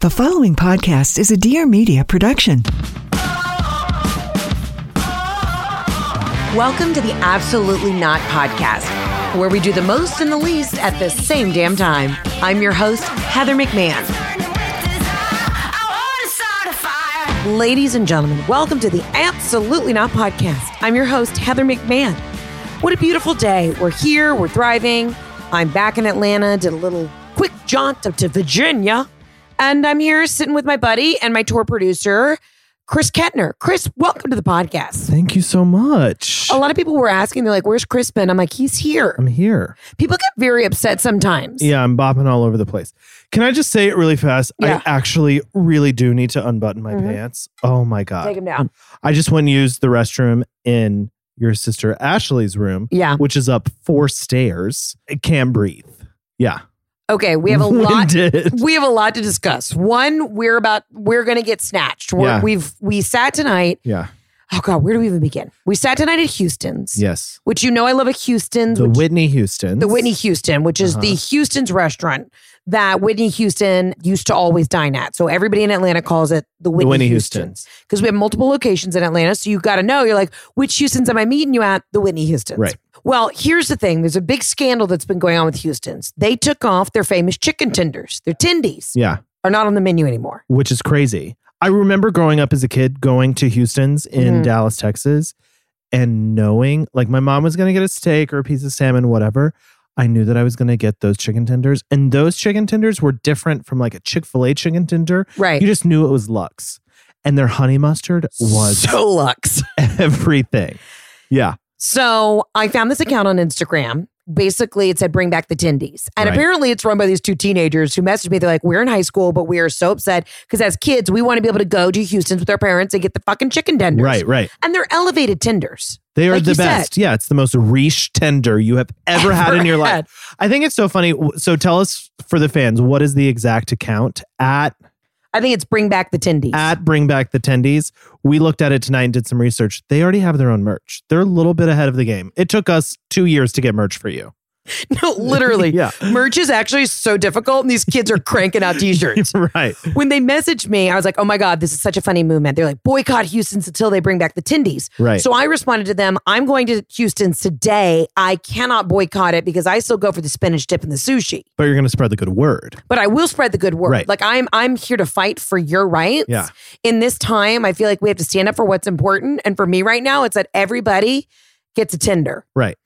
The following podcast is a Dear Media production. Welcome to the Absolutely Not podcast, where we do the most and the least at the same damn time. I'm your host, Heather McMahon. Ladies and gentlemen, welcome to the Absolutely Not podcast. I'm your host, Heather McMahon. What a beautiful day. We're here, we're thriving. I'm back in Atlanta, did a little quick jaunt up to Virginia, and I'm here sitting with my buddy and my tour producer, Chris Kettner. Chris, welcome to the podcast. Thank you so much. A lot of people were asking, they're like, where's Chris been? I'm like, he's here. I'm here. People get very upset sometimes. Yeah, I'm bopping all over the place. Can I just say it really fast? Yeah. I actually really do need to unbutton my Mhm. pants. Oh my Take God. him down. I just went and used the restroom in your sister Ashley's room, Yeah. which is up four stairs. I can't breathe. Yeah. Okay. We have a lot. Winded. We have a lot to discuss. One, we're about we're gonna get snatched. We're, Yeah. We've we sat tonight. Yeah. Oh God, where do we even begin? We sat tonight at Houston's, Yes. which you know I love at Houston's. The which- Whitney Houston. the Whitney Houston, which is the Uh-huh. Houston's restaurant that Whitney Houston used to always dine at. So everybody in Atlanta calls it the Whitney, Whitney Houston's. Houston's. Because we have multiple locations in Atlanta. So you got to know, you're like, which Houston's am I meeting you at? The Whitney Houston's. Right. Well, here's the thing there's a big scandal that's been going on with Houston's. They took off their famous chicken tenders, their tendies Yeah. are not on the menu anymore. which is crazy. I remember growing up as a kid going to Houston's in Mhm. Dallas, Texas, and knowing like my mom was going to get a steak or a piece of salmon, whatever. I knew that I was going to get those chicken tenders. And those chicken tenders were different from like a Chick fil A chicken tender. Right. You just knew it was Lux. And their honey mustard was so luxe. everything. Yeah. So I found this account on Instagram. Basically, it said bring back the Tindies. And Right. apparently, it's run by these two teenagers who messaged me. They're like, we're in high school, but we are so upset because as kids, we want to be able to go to Houston's with our parents and get the fucking chicken tenders. Right, right. And they're elevated tenders. They are Like the you said. best. Yeah, it's the most riche tender you have ever, had in your had. life. I think it's so funny. W- So tell us for the fans, what is the exact account at I think it's bring back the Tindies. at Bring Back the Tendies. We looked at it tonight and did some research. They already have their own merch. They're a little bit ahead of the game. It took us two years to get merch for you. no, literally. Yeah. Merch is actually so difficult, and these kids are cranking out t shirts. right. When they messaged me, I was like, oh my God, this is such a funny movement. They're like, boycott Houston's until they bring back the Tindies. Right. So I responded to them, I'm going to Houston's today. I cannot boycott it because I still go for the spinach dip and the sushi. But you're going to spread the good word. But I will spread the good word. Right. Like I'm I'm here to fight for your rights. Yeah. In this time, I feel like we have to stand up for what's important. And for me right now, it's that everybody gets a Tinder. Right.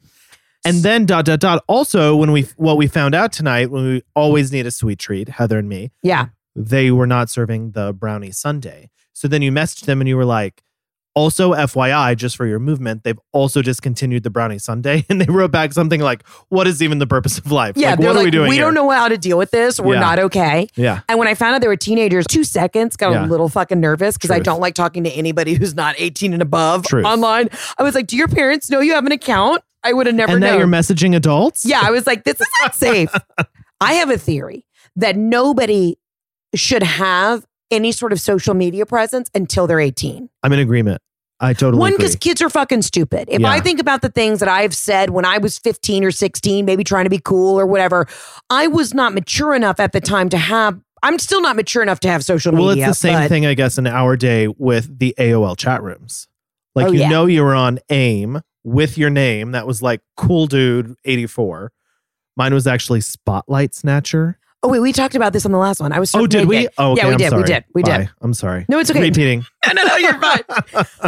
And then dot dot dot. Also, when we what we found out tonight, when we always need a sweet treat, Heather and me, Yeah. they were not serving the brownie sundae. So then you messaged them and you were like, also FYI, just for your movement, they've also discontinued the brownie sundae. And they wrote back something like, "What is even the purpose of life? Yeah. like, they're what like, are we doing? here?" don't know how to deal with this. We're Yeah. not okay. Yeah. And when I found out they were teenagers, two seconds got a Yeah. little fucking nervous because I Truth. don't like talking to anybody who's not 18 and above Truth. online. I was like, Do your parents know you have an account? I would have never and that known. you're messaging adults? Yeah, I was like, this is not safe. I have a theory that nobody should have any sort of social media presence until they're 18. I'm in agreement. I totally One, agree. because kids are fucking stupid. If I Yeah. think about the things that I've said when I was 15 or 16, maybe trying to be cool or whatever, I was not mature enough at the time to have, I'm still not mature enough to have social Well, it's media. the same but- thing, I guess, in our day with the AOL chat rooms. Like Oh, you yeah. know you were on AIM with your name that was like cool dude 84. Mine was actually Spotlight Snatcher. Oh wait, we talked about this on the last one. I was. Oh, did we? circumvented. Oh, okay, yeah, we I'm did. Sorry. We did. We did. Bye. I'm sorry. No, it's okay. Repeating. No, no, no, you're fine.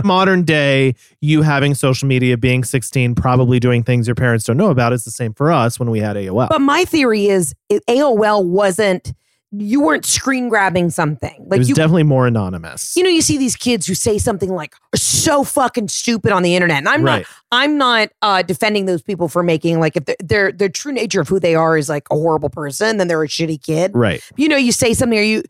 Modern day, you having social media, being 16, probably doing things your parents don't know about is the same for us when we had AOL. But my theory is it- AOL wasn't. You weren't screen grabbing something. it Like was you, definitely more anonymous. you know, you see these kids who say something like "so fucking stupid" on the internet, and I'm right. not. I'm not uh, defending those people for making like if their- their their true nature of who they are is like a horrible person, then they're a shitty kid. Right. you know, you say something or you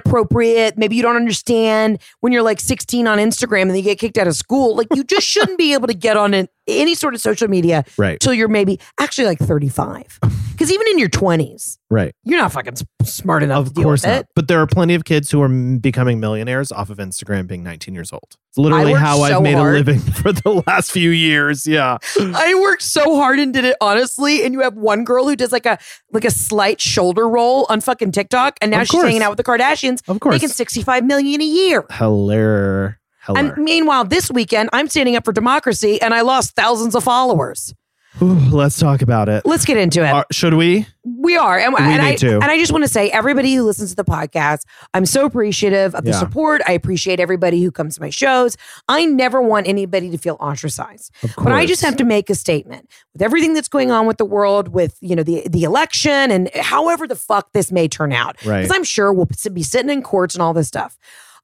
inappropriate, maybe you don't understand when you're like 16 on Instagram and then you get kicked out of school. Like you just shouldn't be able to get on an, any sort of social media Right. till you're maybe actually like 35. Because even in your 20s, Right. you're not fucking s- smart enough Of to deal course with not. it. But there are plenty of kids who are m- becoming millionaires off of Instagram being 19 years old. It's literally worked how so I've made hard. a living for the last few years. Yeah. I worked so hard and did it honestly. And you have one girl who does like a like a slight shoulder roll on fucking TikTok, and now Of she's hanging course. out with the Kardashians, Of course. making 65 million a year. Hello. Hello. And meanwhile, this weekend, I'm standing up for democracy and I lost thousands of followers. Ooh, let's talk about it. Let's get into it. Are- should we? we are. And, We and need I, to. And I just want to say, everybody who listens to the podcast, I'm so appreciative of the Yeah. support. I appreciate everybody who comes to my shows. I never want anybody to feel ostracized. Of course. But I just have to make a statement with everything that's going on with the world, with you know the the election, and however the fuck this may turn out. Right. Because I'm sure we'll be sitting in courts and all this stuff.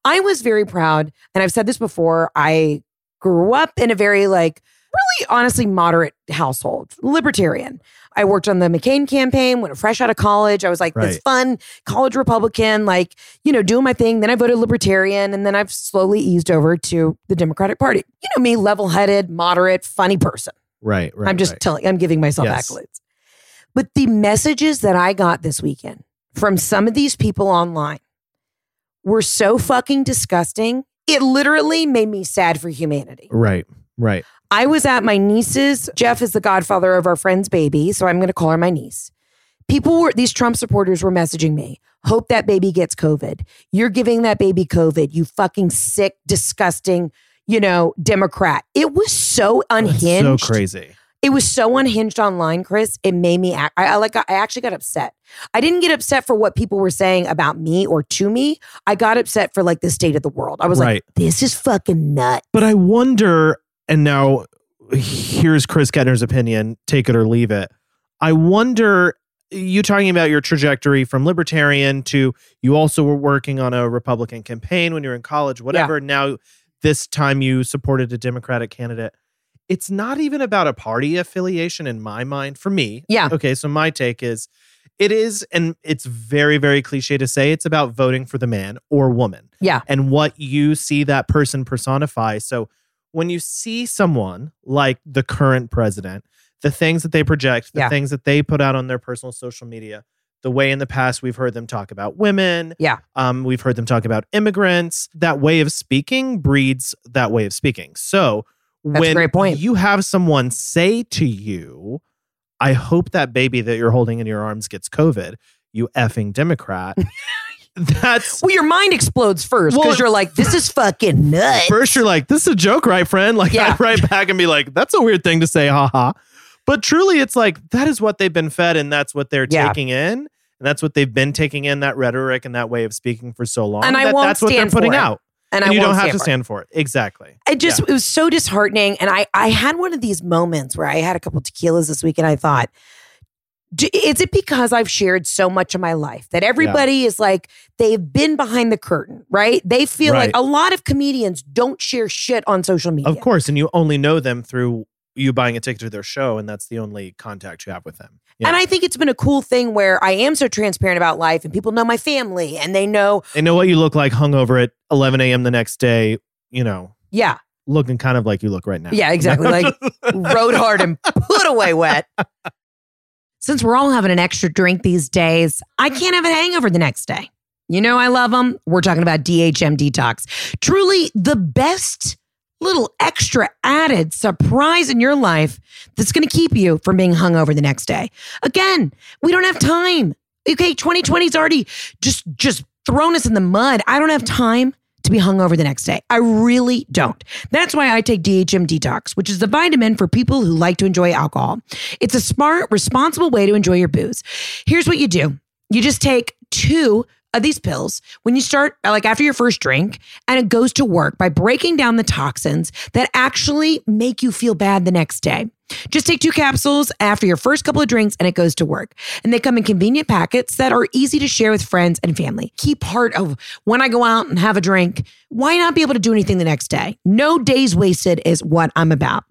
I was very proud, and I've said this before. I grew up in a very like really honestly moderate household, libertarian. I worked on the McCain campaign when fresh out of college. I was like this Right. fun college Republican, like you know doing my thing. Then I voted libertarian, and then I've slowly eased over to the Democratic Party. You know me, level-headed, moderate, funny person. Right. Right. I'm just right. telling, I'm giving myself Yes. accolades. But the messages that I got this weekend from some of these people online were so fucking disgusting. It literally made me sad for humanity. Right. Right. I was at my niece's. Jeff is the godfather of our friend's baby, so I'm going to call her my niece. People were, these Trump supporters were messaging me, hope that baby gets COVID. You're giving that baby COVID, you fucking sick, disgusting, you know, Democrat. It was so That's unhinged so crazy. it was so unhinged online, Chris. It made me act. I, I like. I actually got upset. I didn't get upset for what people were saying about me or to me. I got upset for like the state of the world. I was Right. like, this is fucking nut. But I wonder, and now here's Chris Kettner's opinion take it or leave it. I wonder, you talking about your trajectory from libertarian to you also were working on a Republican campaign when you were in college, whatever. Now, this time you supported a Democratic candidate. It's not even about a party affiliation in my mind for me. Yeah. Okay. So, my take is it is, and it's very, very cliche to say, it's about voting for the man or woman Yeah. and what you see that person personify. So when you see someone like the current president, the things that they project, the Yeah. things that they put out on their personal social media, the way in the past we've heard them talk about women, Yeah. um, we've heard them talk about immigrants. That way of speaking breeds that way of speaking. So a when great point. you have someone say to you, "I hope that baby that you're holding in your arms gets COVID," you effing Democrat. That's Well, your mind explodes first because Well, you're like, this is fucking nut. first you're like, this is a joke, right, friend? Like Yeah. I'd write back and be like, that's a weird thing to say, haha. But truly it's like that is what they've been fed and that's what they're Yeah. taking in. And that's what they've been taking in, that rhetoric and that way of speaking for so long. And I that won't that's what they're stand putting for it. out. and And, I you won't don't have to for it. stand for it. Exactly. It just it was so disheartening, and I I had one of these moments where I had a couple tequilas this week, and I thought, D- is it because I've shared so much of my life that everybody is like they've been behind the curtain, right? They feel like Right. a lot of comedians don't share shit on social media. Of course. And you only know them through you buying a ticket to their show, and that's the only contact you have with them. Yeah. And I think it's been a cool thing where I am so transparent about life, and people know my family, and they know, they know what you look like hungover at eleven AM the next day, you know, yeah, looking kind of like you look right now. yeah, exactly, like rode hard and put away wet. Since we're all having an extra drink these days, I can't have a hangover the next day. You know, I love them. We're talking about DHM Detox. Truly the best little extra added surprise in your life that's going to keep you from being hungover the next day. Again, we don't have time. Okay, 2020's already just just thrown us in the mud. I don't have time to be hungover the next day. I really don't. That's why I take DHM Detox, which is the vitamin for people who like to enjoy alcohol. It's a smart, responsible way to enjoy your booze. Here's what you do. You just take two of these pills when you start, like after your first drink, and it goes to work by breaking down the toxins that actually make you feel bad the next day. Just take two capsules after your first couple of drinks and it goes to work. And they come in convenient packets that are easy to share with friends and family. Key part of when I go out and have a drink, why not be able to do anything the next day? No days wasted is what I'm about.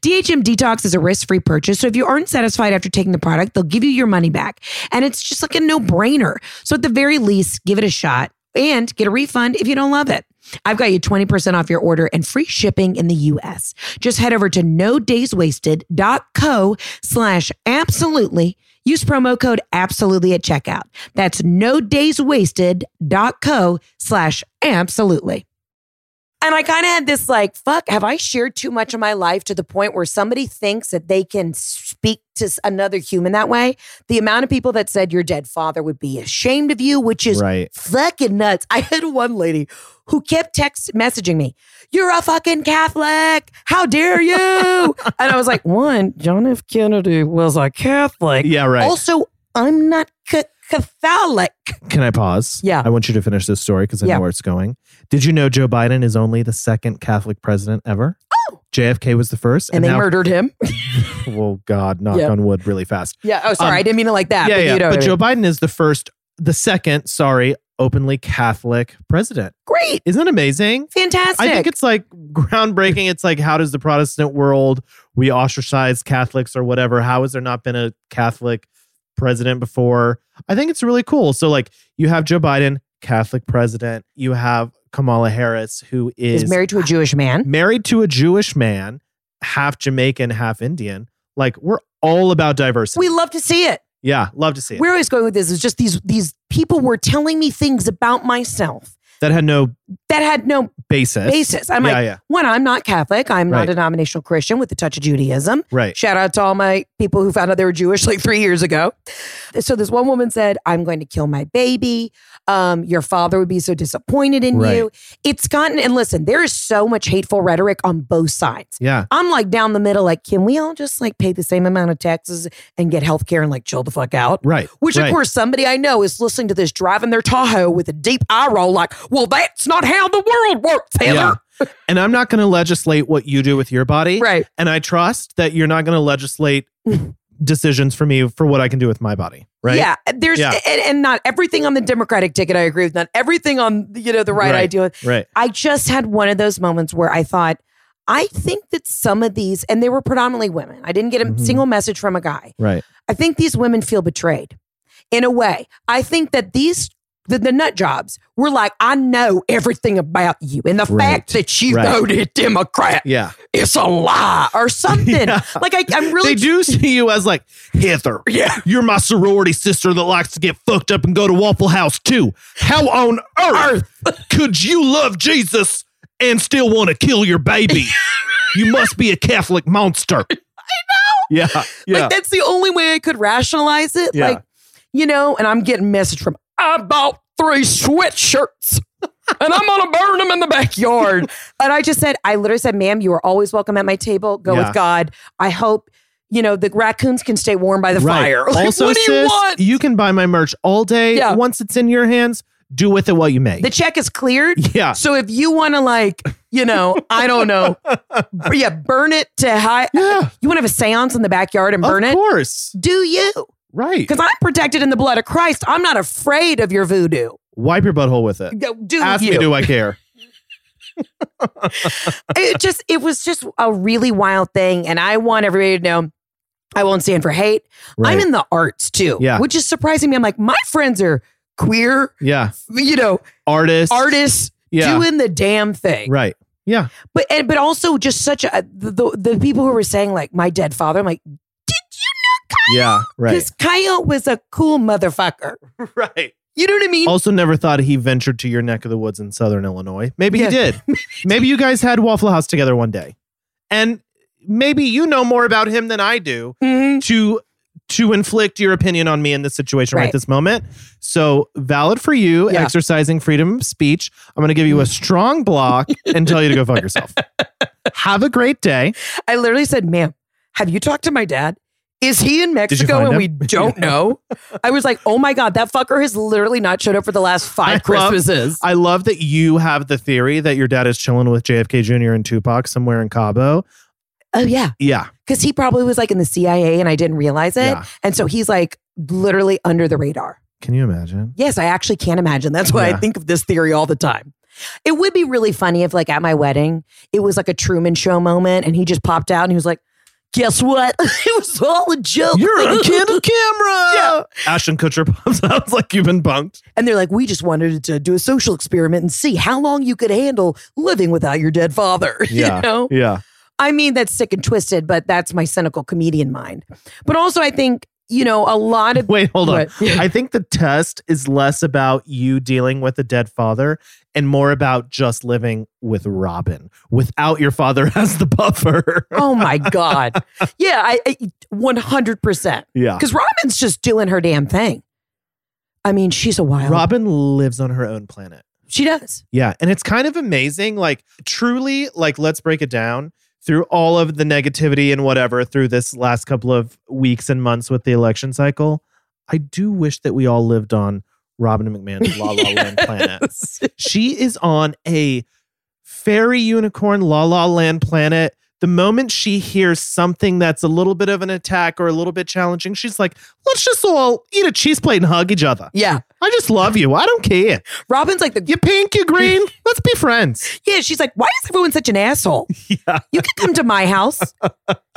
DHM Detox is a risk free purchase. So if you aren't satisfied after taking the product, they'll give you your money back. And it's just like a no brainer. So at the very least, give it a shot and get a refund if you don't love it. I've got you 20% off your order and free shipping in the US. Just head over to no days nodayswasted.co slash absolutely. Use promo code absolutely at checkout. That's no days nodayswasted.co slash absolutely. And I kind of had this like, fuck, have I shared too much of my life to the point where somebody thinks that they can speak to s- another human that way? The amount of people that said your dead father would be ashamed of you, which is Right. fucking nuts. I had one lady who kept text messaging me, You're a fucking Catholic. How dare you? and I was like, One, John F. Kennedy was a Catholic. Yeah, right. Also, I'm not c- Catholic. Can I pause? Yeah. I want you to finish this story because I Yeah. know where it's going. Did you know Joe Biden is only the second Catholic president ever? Oh. JFK was the first. And they now- murdered him. Well, God, knock Yeah. on wood really fast. yeah. Oh, sorry. Um, I didn't mean it like that. yeah, but yeah. you know. but what I Joe mean. Biden is the first, the second, sorry, openly Catholic president. Great. Isn't that amazing? Fantastic. I think it's like groundbreaking. It's like, how does the Protestant world, we ostracize Catholics or whatever? How has there not been a Catholic president before? I think it's really cool. So, like, you have Joe Biden, Catholic president. You have Kamala Harris, who is, He's married to a Jewish man. married to a Jewish man, half Jamaican, half Indian. Like, we're all about diversity. We love to see it. yeah, love to see it. Where I was going with this is just these these people were telling me things about myself That had no that had no basis. basis. I'm yeah, like, yeah, one, I'm not Catholic. I'm not Right. a denominational Christian with a touch of Judaism. right. Shout out to all my people who found out they were Jewish like three years ago. So this one woman said, "I'm going to kill my baby. Um, your father would be so disappointed in Right. you." It's gotten and listen, there is so much hateful rhetoric on both sides. Yeah, I'm like down the middle, like, can we all just like pay the same amount of taxes and get health care and like chill the fuck out? right. Which, right. of course, somebody I know is listening to this driving their Tahoe with a deep eye roll, like, well, that's not how the world works, Heather. Yeah. And I'm not going to legislate what you do with your body. Right. And I trust that you're not going to legislate decisions for me for what I can do with my body. Right. Yeah. There's, Yeah. And, and not everything on the Democratic ticket I agree with, not everything on, you know, the right, Right. idea. Right. I just had one of those moments where I thought, I think that some of these, and they were predominantly women, I didn't get a Mhm. single message from a guy. Right. I think these women feel betrayed in a way. I think that these, the, the nut jobs were like, I know everything about you. And the Right. fact that you Right. voted Democrat Yeah. is a lie or something. Yeah. Like, I, I'm really. they do see you as like Heather. Yeah. You're my sorority sister that likes to get fucked up and go to Waffle House too. How on earth, could you love Jesus and still want to kill your baby? you must be a Catholic monster. I know. Yeah. Yeah. Like, that's the only way I could rationalize it. Yeah. Like, you know, and I'm getting message from, I bought three sweatshirts. and I'm gonna burn them in the backyard. and I just said, I literally said, ma'am, you are always welcome at my table. Go Yeah. with God. I hope, you know, the raccoons can stay warm by the fire. Like, also, what do you sis, want? you can buy my merch all day. Yeah. Once it's in your hands, do with it what you may. the check is cleared. yeah. So if you wanna like, you know, I don't know. b- yeah, burn it to high Yeah. you wanna have a seance in the backyard and burn of it? course. Do you? Right. Because I'm protected in the blood of Christ. I'm not afraid of your voodoo. Wipe your butthole with it. Go do Ask you. me, do I care? it just it was just a really wild thing. And I want everybody to know I won't stand for hate. I'm Right. in the arts too. Yeah. Which is surprising me. I'm like, my friends are queer, Yeah. you know, Artist. artists Yeah. doing the damn thing. Right. Yeah. But and but also just such a uh, the, the, the people who were saying like my dead father, I'm like, did you Yeah. know Right. because Kyle was a cool motherfucker. Right. You know what I mean? Also, never thought he ventured to your neck of the woods in southern Illinois. Maybe Yeah. he did. maybe you guys had Waffle House together one day. And maybe you know more about him than I do. Mhm. to to inflict your opinion on me in this situation right, Right. this moment. So valid for you Yeah. exercising freedom of speech. I'm going to give you a strong block and tell you to go fuck yourself. Have a great day. I literally said, ma'am, have you talked to my dad? Is he in you Mexico find and him? we don't know? I was like, oh my God, that fucker has literally not showed up for the last I five love- Christmases. I love that you have the theory that your dad is chilling with JFK Jr. and Tupac somewhere in Cabo. oh, yeah. Yeah. Because he probably was like in the CIA and I didn't realize it. Yeah. And so he's like literally under the radar. Can you imagine? Yes, I actually can't imagine. That's why I Yeah. think of this theory all the time. It would be really funny if, like, at my wedding, it was like a Truman Show moment and he just popped out and he was like, Guess what? it was all a joke. You're on candle camera. Yeah. Ashton Kutcher pops out. It's like you've been punked. And they're like, we just wanted to do a social experiment and see how long you could handle living without your dead father. You know? Yeah. I mean, that's sick and twisted, but that's my cynical comedian mind. But also, I think, you know, a lot of. Wait, hold on. What? Yeah. I think the test is less about you dealing with a dead father and more about just living with Robin without your father as the buffer. oh my God. Yeah, I, I 100%. yeah. Because Robin's just doing her damn thing. I mean, she's a wild. Robin lives on her own planet. she does. Yeah. And it's kind of amazing. Like, truly, like, let's break it down through all of the negativity and whatever through this last couple of weeks and months with the election cycle. I do wish that we all lived on Robin McMahon's La La Land planet. She is on a fairy unicorn La La Land planet. The moment she hears something that's a little bit of an attack or a little bit challenging, she's like, let's just all eat a cheese plate and hug each other. Yeah. I just love you. I don't care. Robin's like the. You pink, you green. Let's be friends. Yeah, she's like, why is everyone such an asshole? Yeah. You can come to my house.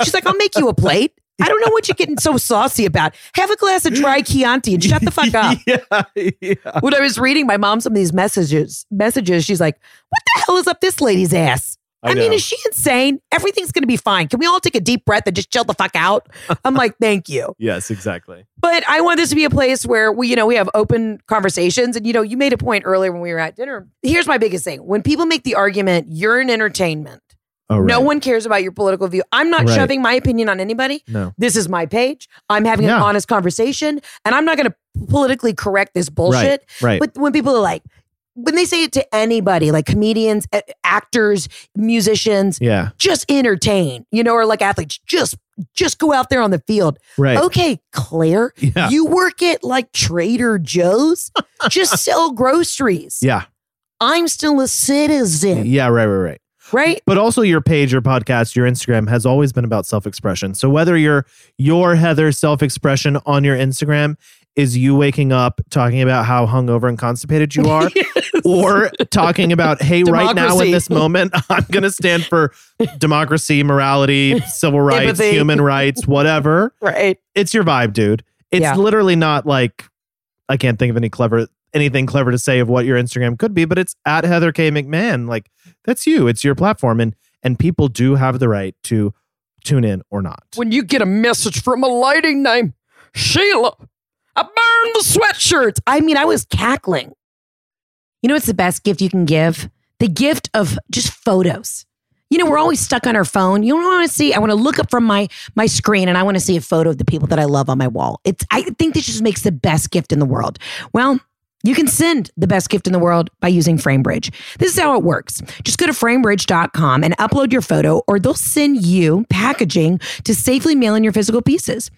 She's like, I'll make you a plate. I don't know what you're getting so saucy about. Have a glass of dry Chianti and shut the fuck up. Yeah. yeah. When I was reading my mom some of these messages, messages, she's like, "What the hell is up this lady's ass?" I, mean, is she insane? Everything's gonna be fine. Can we all take a deep breath and just chill the fuck out? I'm like, thank you, yes, exactly. but I want this to be a place where we, you know, we have open conversations. And you know, you made a point earlier when we were at dinner. Here's my biggest thing: when people make the argument, you're an entertainment. Oh, No one cares about your political view. I'm not Right. shoving my opinion on anybody. No. This is my page. I'm having an Yeah. honest conversation, and I'm not going to politically correct this bullshit. Right. But when people are like, when they say it to anybody, like comedians, a- actors, musicians, yeah. just entertain, you know, or like athletes, just just go out there on the field. Right. Okay, Claire, Yeah. you work at like Trader Joe's, just sell groceries. yeah. I'm still a citizen, Yeah. Right. Right. Right. right? But also your page, your podcast, your Instagram has always been about self-expression. So whether your your Heather self-expression on your Instagram is you waking up talking about how hungover and constipated you are, or talking about, hey, right now Democracy. in this moment, I'm gonna stand for democracy, morality, civil rights, Empathy. human rights, whatever. Right. It's your vibe, dude. It's Yeah. literally not like I can't think of any clever anything clever to say of what your Instagram could be, but it's at Heather K McMahon. Like that's you. It's your platform, and and people do have the right to tune in or not. when you get a message from a lady named Sheila. I burn the sweatshirt. I mean, I was cackling. You know, it's the best gift you can give the gift of just photos. You know, we're always stuck on our phone. You don't want to see. I want to look up from my my screen and I want to see a photo of the people that I love on my wall. It's. I think this just makes the best gift in the world. Well. You can send the best gift in the world by using FrameBridge. This is how it works. Just go to framebridge.com and upload your photo, or they'll send you packaging to safely mail in your physical pieces.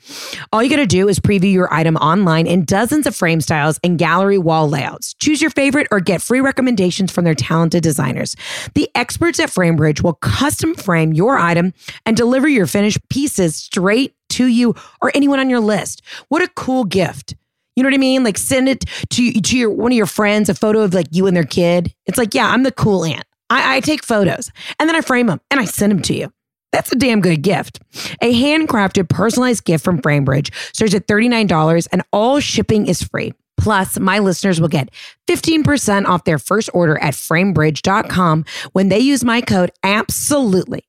All you got to do is preview your item online in dozens of frame styles and gallery wall layouts. Choose your favorite or get free recommendations from their talented designers. The experts at FrameBridge will custom frame your item and deliver your finished pieces straight to you or anyone on your list. What a cool gift! You know what I mean? Like send it to to your one of your friends a photo of like you and their kid. It's like, yeah, I'm the cool aunt. I, I take photos and then I frame them and I send them to you. That's a damn good gift. A handcrafted personalized gift from Framebridge starts at $39 and all shipping is free. Plus, my listeners will get 15% off their first order at framebridge.com when they use my code absolutely.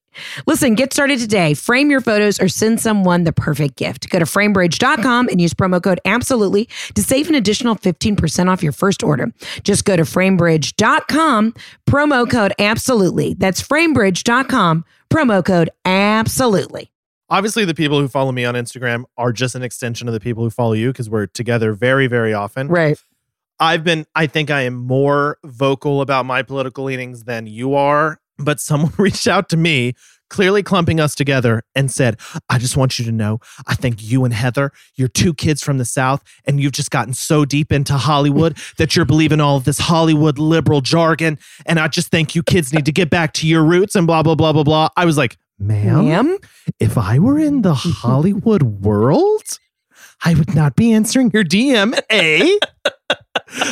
Listen, get started today. Frame your photos or send someone the perfect gift. Go to framebridge.com and use promo code absolutely to save an additional 15% off your first order. Just go to framebridge.com, promo code absolutely. That's framebridge.com, promo code absolutely. Obviously, the people who follow me on Instagram are just an extension of the people who follow you because we're together very, very often. Right. I've been, I think I am more vocal about my political leanings than you are. But someone reached out to me clearly clumping us together, and said, I just want you to know, I think you and Heather, you're two kids from the South, and you've just gotten so deep into Hollywood that you're believing all of this Hollywood liberal jargon. And I just think you kids need to get back to your roots and blah, blah, blah, blah, blah. I was like, ma'am, Ma'am? if I were in the Hollywood world, I would not be answering your DM, A.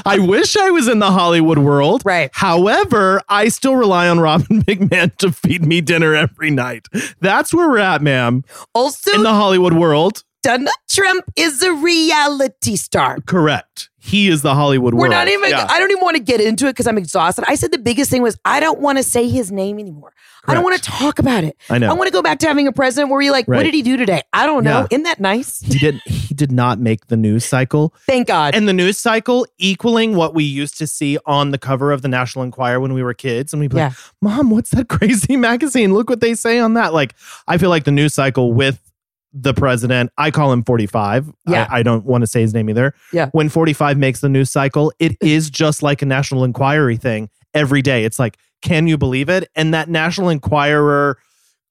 I wish I was in the Hollywood world. Right. However, I still rely on Robin McMahon to feed me dinner every night. That's where we're at, ma'am. Also, In the Hollywood world. Donald Trump is a reality star. Correct. He is the Hollywood We're world. not even, Yeah. I don't even want to get into it because I'm exhausted. I said the biggest thing was I don't want to say his name anymore. I don't want Correct. to talk about it. I know. I want to go back to having a president where you're like, what Right. did he do today? I don't know. Yeah. Isn't that nice? he did he did not make the news cycle. Thank God. And the news cycle equaling what we used to see on the cover of the National Enquirer when we were kids. And we'd be yeah. like, Mom, what's that crazy magazine? Look what they say on that. Like, I feel like the news cycle with the president, I call him 45. Yeah. I, I don't want to say his name either. Yeah. When 45 makes the news cycle, it is just like a National Enquiry thing every day. It's like, can you believe it? And that National Enquirer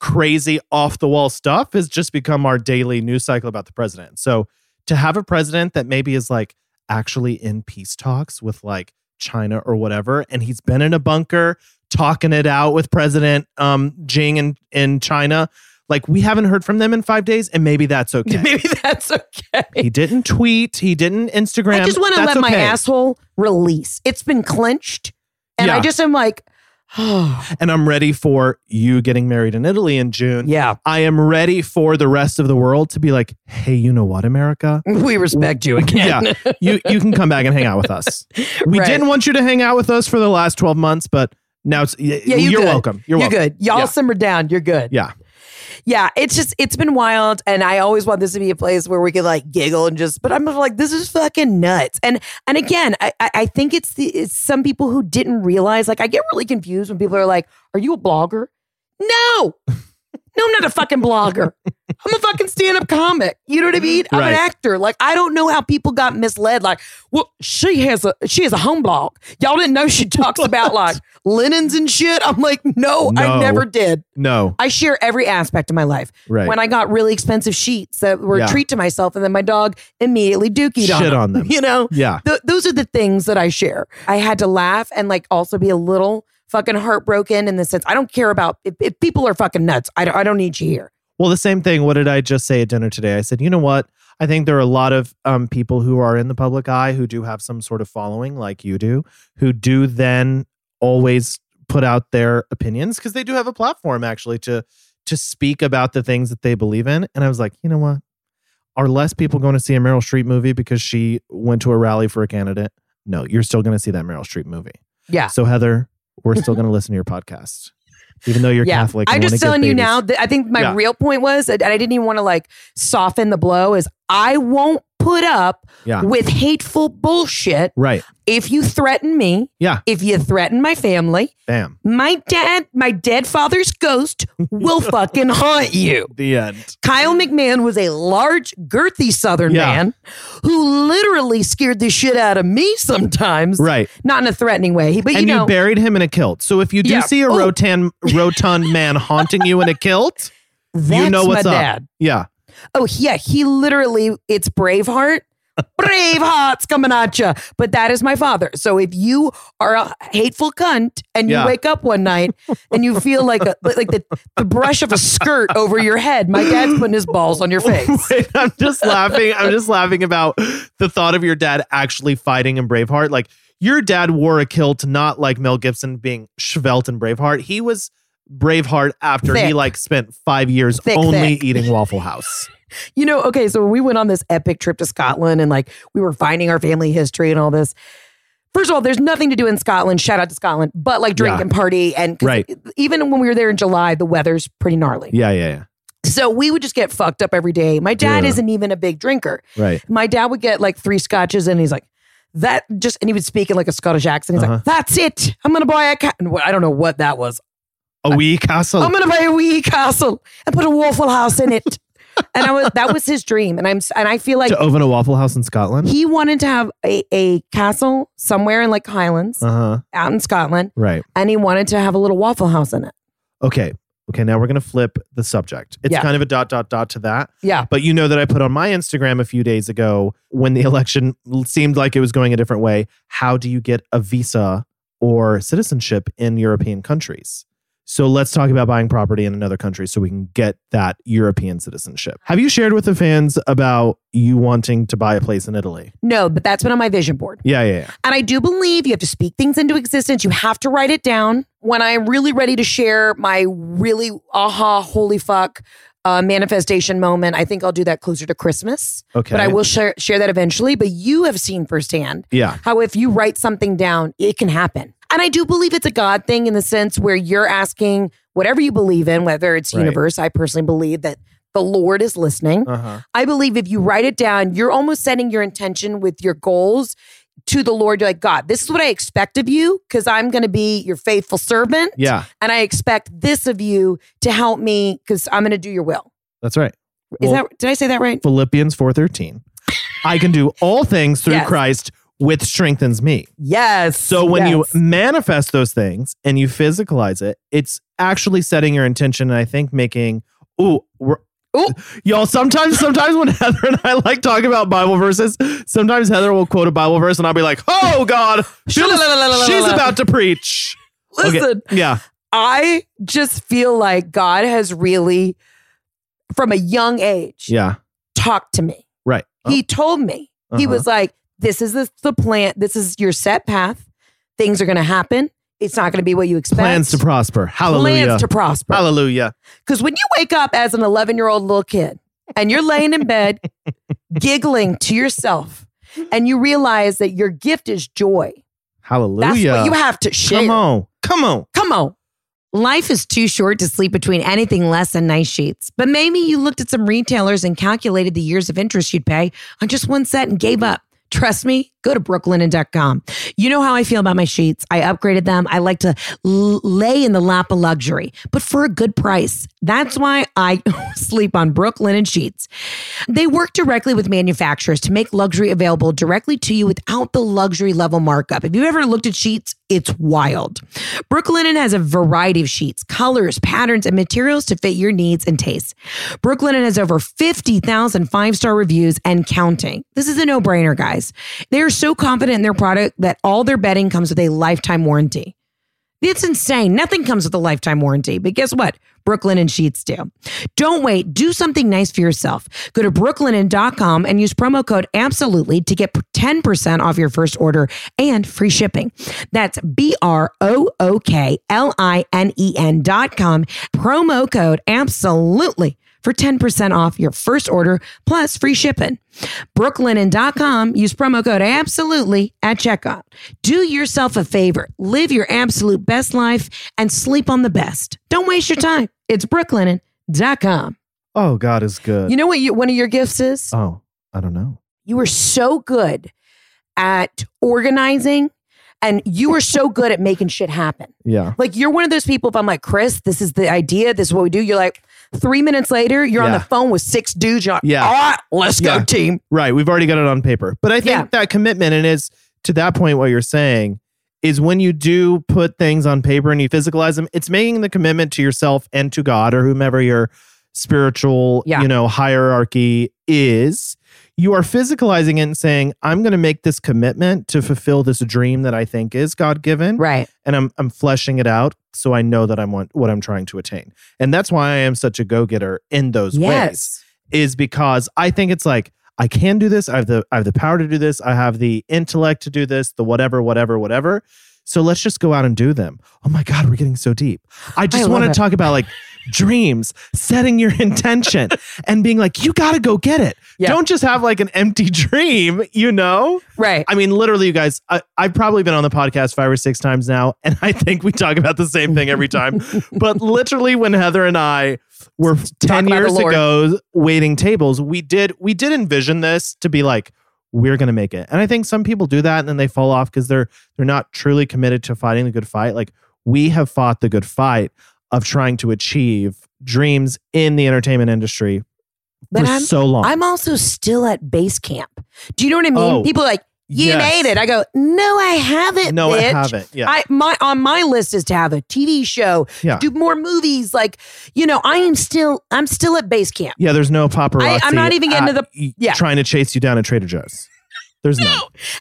crazy off the wall stuff has just become our daily news cycle about the president. So to have a president that maybe is like actually in peace talks with like China or whatever, and he's been in a bunker talking it out with President um, Jing in, in China. Like we haven't heard from them in five days, and maybe that's okay. Maybe that's okay. he didn't tweet, he didn't Instagram. I just want to That's let my okay. asshole release. It's been clenched. And I Yeah. just am like, oh, And I'm ready for you getting married in Italy in June. yeah. I am ready for the rest of the world to be like, hey, you know what, America? We respect you again. yeah, you you can come back and hang out with us. We Right. didn't want you to hang out with us for the last twelve months, but now it's y- Yeah, you you're good. welcome. You're You're welcome. good. Y'all Yeah. simmer down. You're good. Yeah, Yeah, it's just it's been wild, and I always want this to be a place where we could like giggle and just. But I'm just like, this is fucking nuts. And and again, I I I think it's the it's some people who didn't realize. Like, I get really confused when people are like, "Are you a blogger?" No, no, I'm not a fucking blogger. I'm a fucking stand up comic. You know what I mean? I'm Right. an actor. Like, I don't know how people got misled. Like, well, she has a she has a home blog. Y'all didn't know she talks about like linens and shit. I'm like, no, I No. never did. no, I share every aspect of my life. Right. When I got really expensive sheets that were Yeah. a treat to myself, and then my dog immediately dookied on Shit them. on them. You know, yeah, Th- those are the things that I share. I had to laugh and like also be a little fucking heartbroken in the sense I don't care about if, if people are fucking nuts. I don't, I don't need you here. Well, the same thing. What did I just say at dinner today? I said, you know what? I think there are a lot of um, people who are in the public eye who do have some sort of following, like you do, who do then always put out their opinions because they do have a platform actually to to speak about the things that they believe in. And I was like, you know what? Are less people going to see a Meryl Streep movie because she went to a rally for a candidate? No, you're still going to see that Meryl Streep movie. Yeah. So Heather, we're still going to listen to your podcast, even though you're Catholic. I'm and wanna just give telling you babies- now that I think my Yeah. real point was, and I didn't even want to like soften the blow, is I won't put up Yeah. with hateful bullshit Right. if you threaten me, Yeah. if you threaten my family, Bam. my dad, my dead father's ghost will fucking haunt you. The end. Kyle McMahon was a large, girthy Southern Yeah. man who literally scared the shit out of me sometimes. Right. Not in a threatening way, but and you you, know, buried him in a kilt. So if you do Yeah. see a Oh. rotan, rotund man haunting you in a kilt, that's you know what's my up. dad. Yeah. Oh, yeah, he literally, it's Braveheart. Braveheart's coming at you. But that is my father. So if you are a hateful cunt and you Yeah. wake up one night and you feel like a, like the, the brush of a skirt over your head, my dad's putting his balls on your face. Wait, I'm just laughing. I'm just laughing about the thought of your dad actually fighting in Braveheart. Like your dad wore a kilt, not like Mel Gibson being Schvelt in Braveheart. He was Braveheart after he Thick. like spent five years Thick, only thick. eating Waffle House. You know, okay, so when we went on this epic trip to Scotland and like we were finding our family history and all this. First of all, there's nothing to do in Scotland. Shout out to Scotland, but like drink Yeah. and party and 'cause Right. even when we were there in July, the weather's pretty gnarly. Yeah, yeah, So we would just get fucked up every day. My dad Yeah. isn't even a big drinker. yeah. Right. My dad would get like three scotches and he's like, that just, and he would speak in like a Scottish accent. He's Uh-huh. like, that's it. I'm going to buy a ca-" and what- I don't know what that was. A wee castle. I'm going to buy a wee castle and put a Waffle House in it. and I was, that was his dream. And I'm, s- and I feel like to open a Waffle House in Scotland. he wanted to have a, a castle somewhere in like Highlands uh huh. out in Scotland. Right. And he wanted to have a little Waffle House in it. Okay. okay, now we're going to flip the subject. It's Yeah. kind of a dot, dot, dot to that. Yeah. But you know that I put on my Instagram a few days ago when the election seemed like it was going a different way. How do you get a visa or citizenship in European countries? So let's talk about buying property in another country so we can get that European citizenship. Have you shared with the fans about you wanting to buy a place in Italy? No, but that's been on my vision board. Yeah, yeah, yeah. And I do believe you have to speak things into existence. You have to write it down. When I'm really ready to share my really aha, holy fuck uh, manifestation moment, I think I'll do that closer to Christmas. Okay. But I will share, share that eventually. But you have seen firsthand Yeah. how if you write something down, it can happen. And I do believe it's a God thing in the sense where you're asking whatever you believe in, whether it's Right. universe, I personally believe that the Lord is listening. Uh-huh. I believe if you write it down, you're almost setting your intention with your goals to the Lord. You're like, God, this is what I expect of you because I'm going to be your faithful servant. Yeah. And I expect this of you to help me because I'm going to do your will. That's right. Is Well- that, did I say that right? Philippians 4:13. I can do all things through Yes. Christ which strengthens me. Yes. So when Yes. you manifest those things and you physicalize it, it's actually setting your intention and I think making ooh we're Ooh. Y'all, sometimes, sometimes when Heather and I like talk about Bible verses, sometimes Heather will quote a Bible verse and I'll be like, oh God, she's she's about to preach. Okay, Listen, Yeah. I just feel like God has really, from a young age, Yeah. talked to me. Right. He told me. He Oh. Uh-huh. was like, this is the, the plan. This is your set path. Things are going to happen. It's not going to be what you expect. Plans to prosper. Hallelujah. Plans to prosper. Hallelujah. Because when you wake up as an 11 year old little kid and you're laying in bed giggling to yourself and you realize that your gift is joy, that's Hallelujah. what you have to share. Come on. Come on. Come on. Life is too short to sleep between anything less than nice sheets. But maybe you looked at some retailers and calculated the years of interest you'd pay on just one set and gave up. Trust me, go to brooklinen.com. You know how I feel about my sheets. I upgraded them. I like to l- lay in the lap of luxury, but for a good price. That's why I sleep on Brooklinen sheets. They work directly with manufacturers to make luxury available directly to you without the luxury level markup. If you've ever looked at sheets, it's wild. Brooklinen has a variety of sheets, colors, patterns, and materials to fit your needs and tastes. Brooklinen has over 50,000 five star reviews and counting. This is a no brainer, guys. They are so confident in their product that all their bedding comes with a lifetime warranty. It's insane. Nothing comes with a lifetime warranty. But guess what? Brooklyn and Sheets do. Don't wait. Do something nice for yourself. Go to brooklinen.com and use promo code absolutely to get 10% off your first order and free shipping. That's B R O O K L I N E N.com. Promo code absolutely for 10% off your first order plus free shipping. Brooklinen.com. Use promo code absolutely at checkout. Do yourself a favor. Live your absolute best life and sleep on the best. Don't waste your time. It's brooklinen.com. Oh, God is good. You know what you, one of your gifts is? oh, I don't know. You were so good at organizing and you were so good at making shit happen. Yeah. Like you're one of those people if I'm like, Chris, this is the idea, this is what we do. You're like, three minutes later, you're on Yeah. the phone with six dudes. You're like, Yeah. all right, let's Yeah. go, team. Right. We've already got it on paper. But I think Yeah. that commitment, and it's to that point, what you're saying is when you do put things on paper and you physicalize them, it's making the commitment to yourself and to God or whomever your spiritual, Yeah. you know, hierarchy is. You are physicalizing it and saying, I'm going to make this commitment to fulfill this dream that I think is God given Right. and I'm I'm fleshing it out so I know that I'm want, what I'm trying to attain. And that's why I am such a go-getter in those Yes. ways is because I think it's like I can do this. I have the I have the power to do this. I have the intellect to do this, the whatever whatever whatever. So let's just go out and do them. Oh my god, we're getting so deep. I just love want to it. talk about like dreams, setting your intention and being like you got to go get it. Yeah. Don't just have like an empty dream, you know? Right. I mean, literally, you guys, I, I've probably been on the podcast five or six times now, and I think we talk about the same thing every time. but literally, when Heather and I were ten about the years Lord. ago waiting tables, we did we did envision this to be like we're gonna make it, and I think some people do that and then they fall off because they're they're not truly committed to fighting the good fight. Like we have fought the good fight of trying to achieve dreams in the entertainment industry But for I'm so long. I'm also still at base camp. Do you know what I mean? Oh. People are like, You Yes. made it. I go, no, I haven't. No, I bitch." haven't. Yeah. I my on my list is to have a TV show, Yeah. do more movies. Like, you know, I am still I'm still at base camp. yeah, there's no paparazzi. I- I'm not even getting to at- yeah. Trying to chase you down at Trader Joe's. There's none.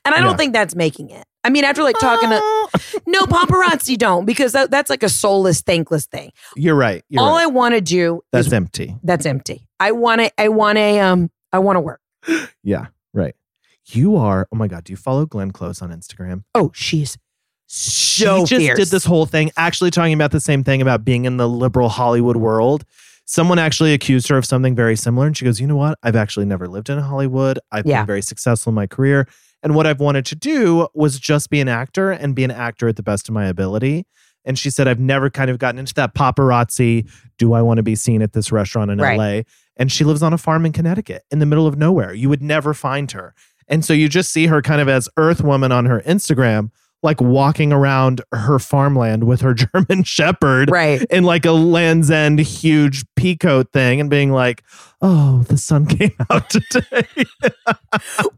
And I don't Yeah. Oh. think that's making it. I mean, after like talking to no paparazzi don't because that, that's like a soulless, thankless thing. You're right. You're All right. I want to do That's is empty. that's empty. I want to I want to um I want to work. Yeah, right. You are. Oh my God. Do you follow Glenn Close on Instagram? Oh, she's so she just fierce. did this whole thing, actually talking about the same thing about being in the liberal Hollywood world. Someone actually accused her of something very similar, and she goes, "You know what? I've actually never lived in Hollywood. I've Yeah. been very successful in my career, and what I've wanted to do was just be an actor and be an actor at the best of my ability." And she said, "I've never kind of gotten into that paparazzi. Do I want to be seen at this restaurant in Right. LA?" And she lives on a farm in Connecticut, in the middle of nowhere. You would never find her. And so you just see her kind of as Earth Woman on her Instagram, like walking around her farmland with her German Shepherd right. in like a Land's End huge peacoat thing and being like, oh, the sun came out today. Well,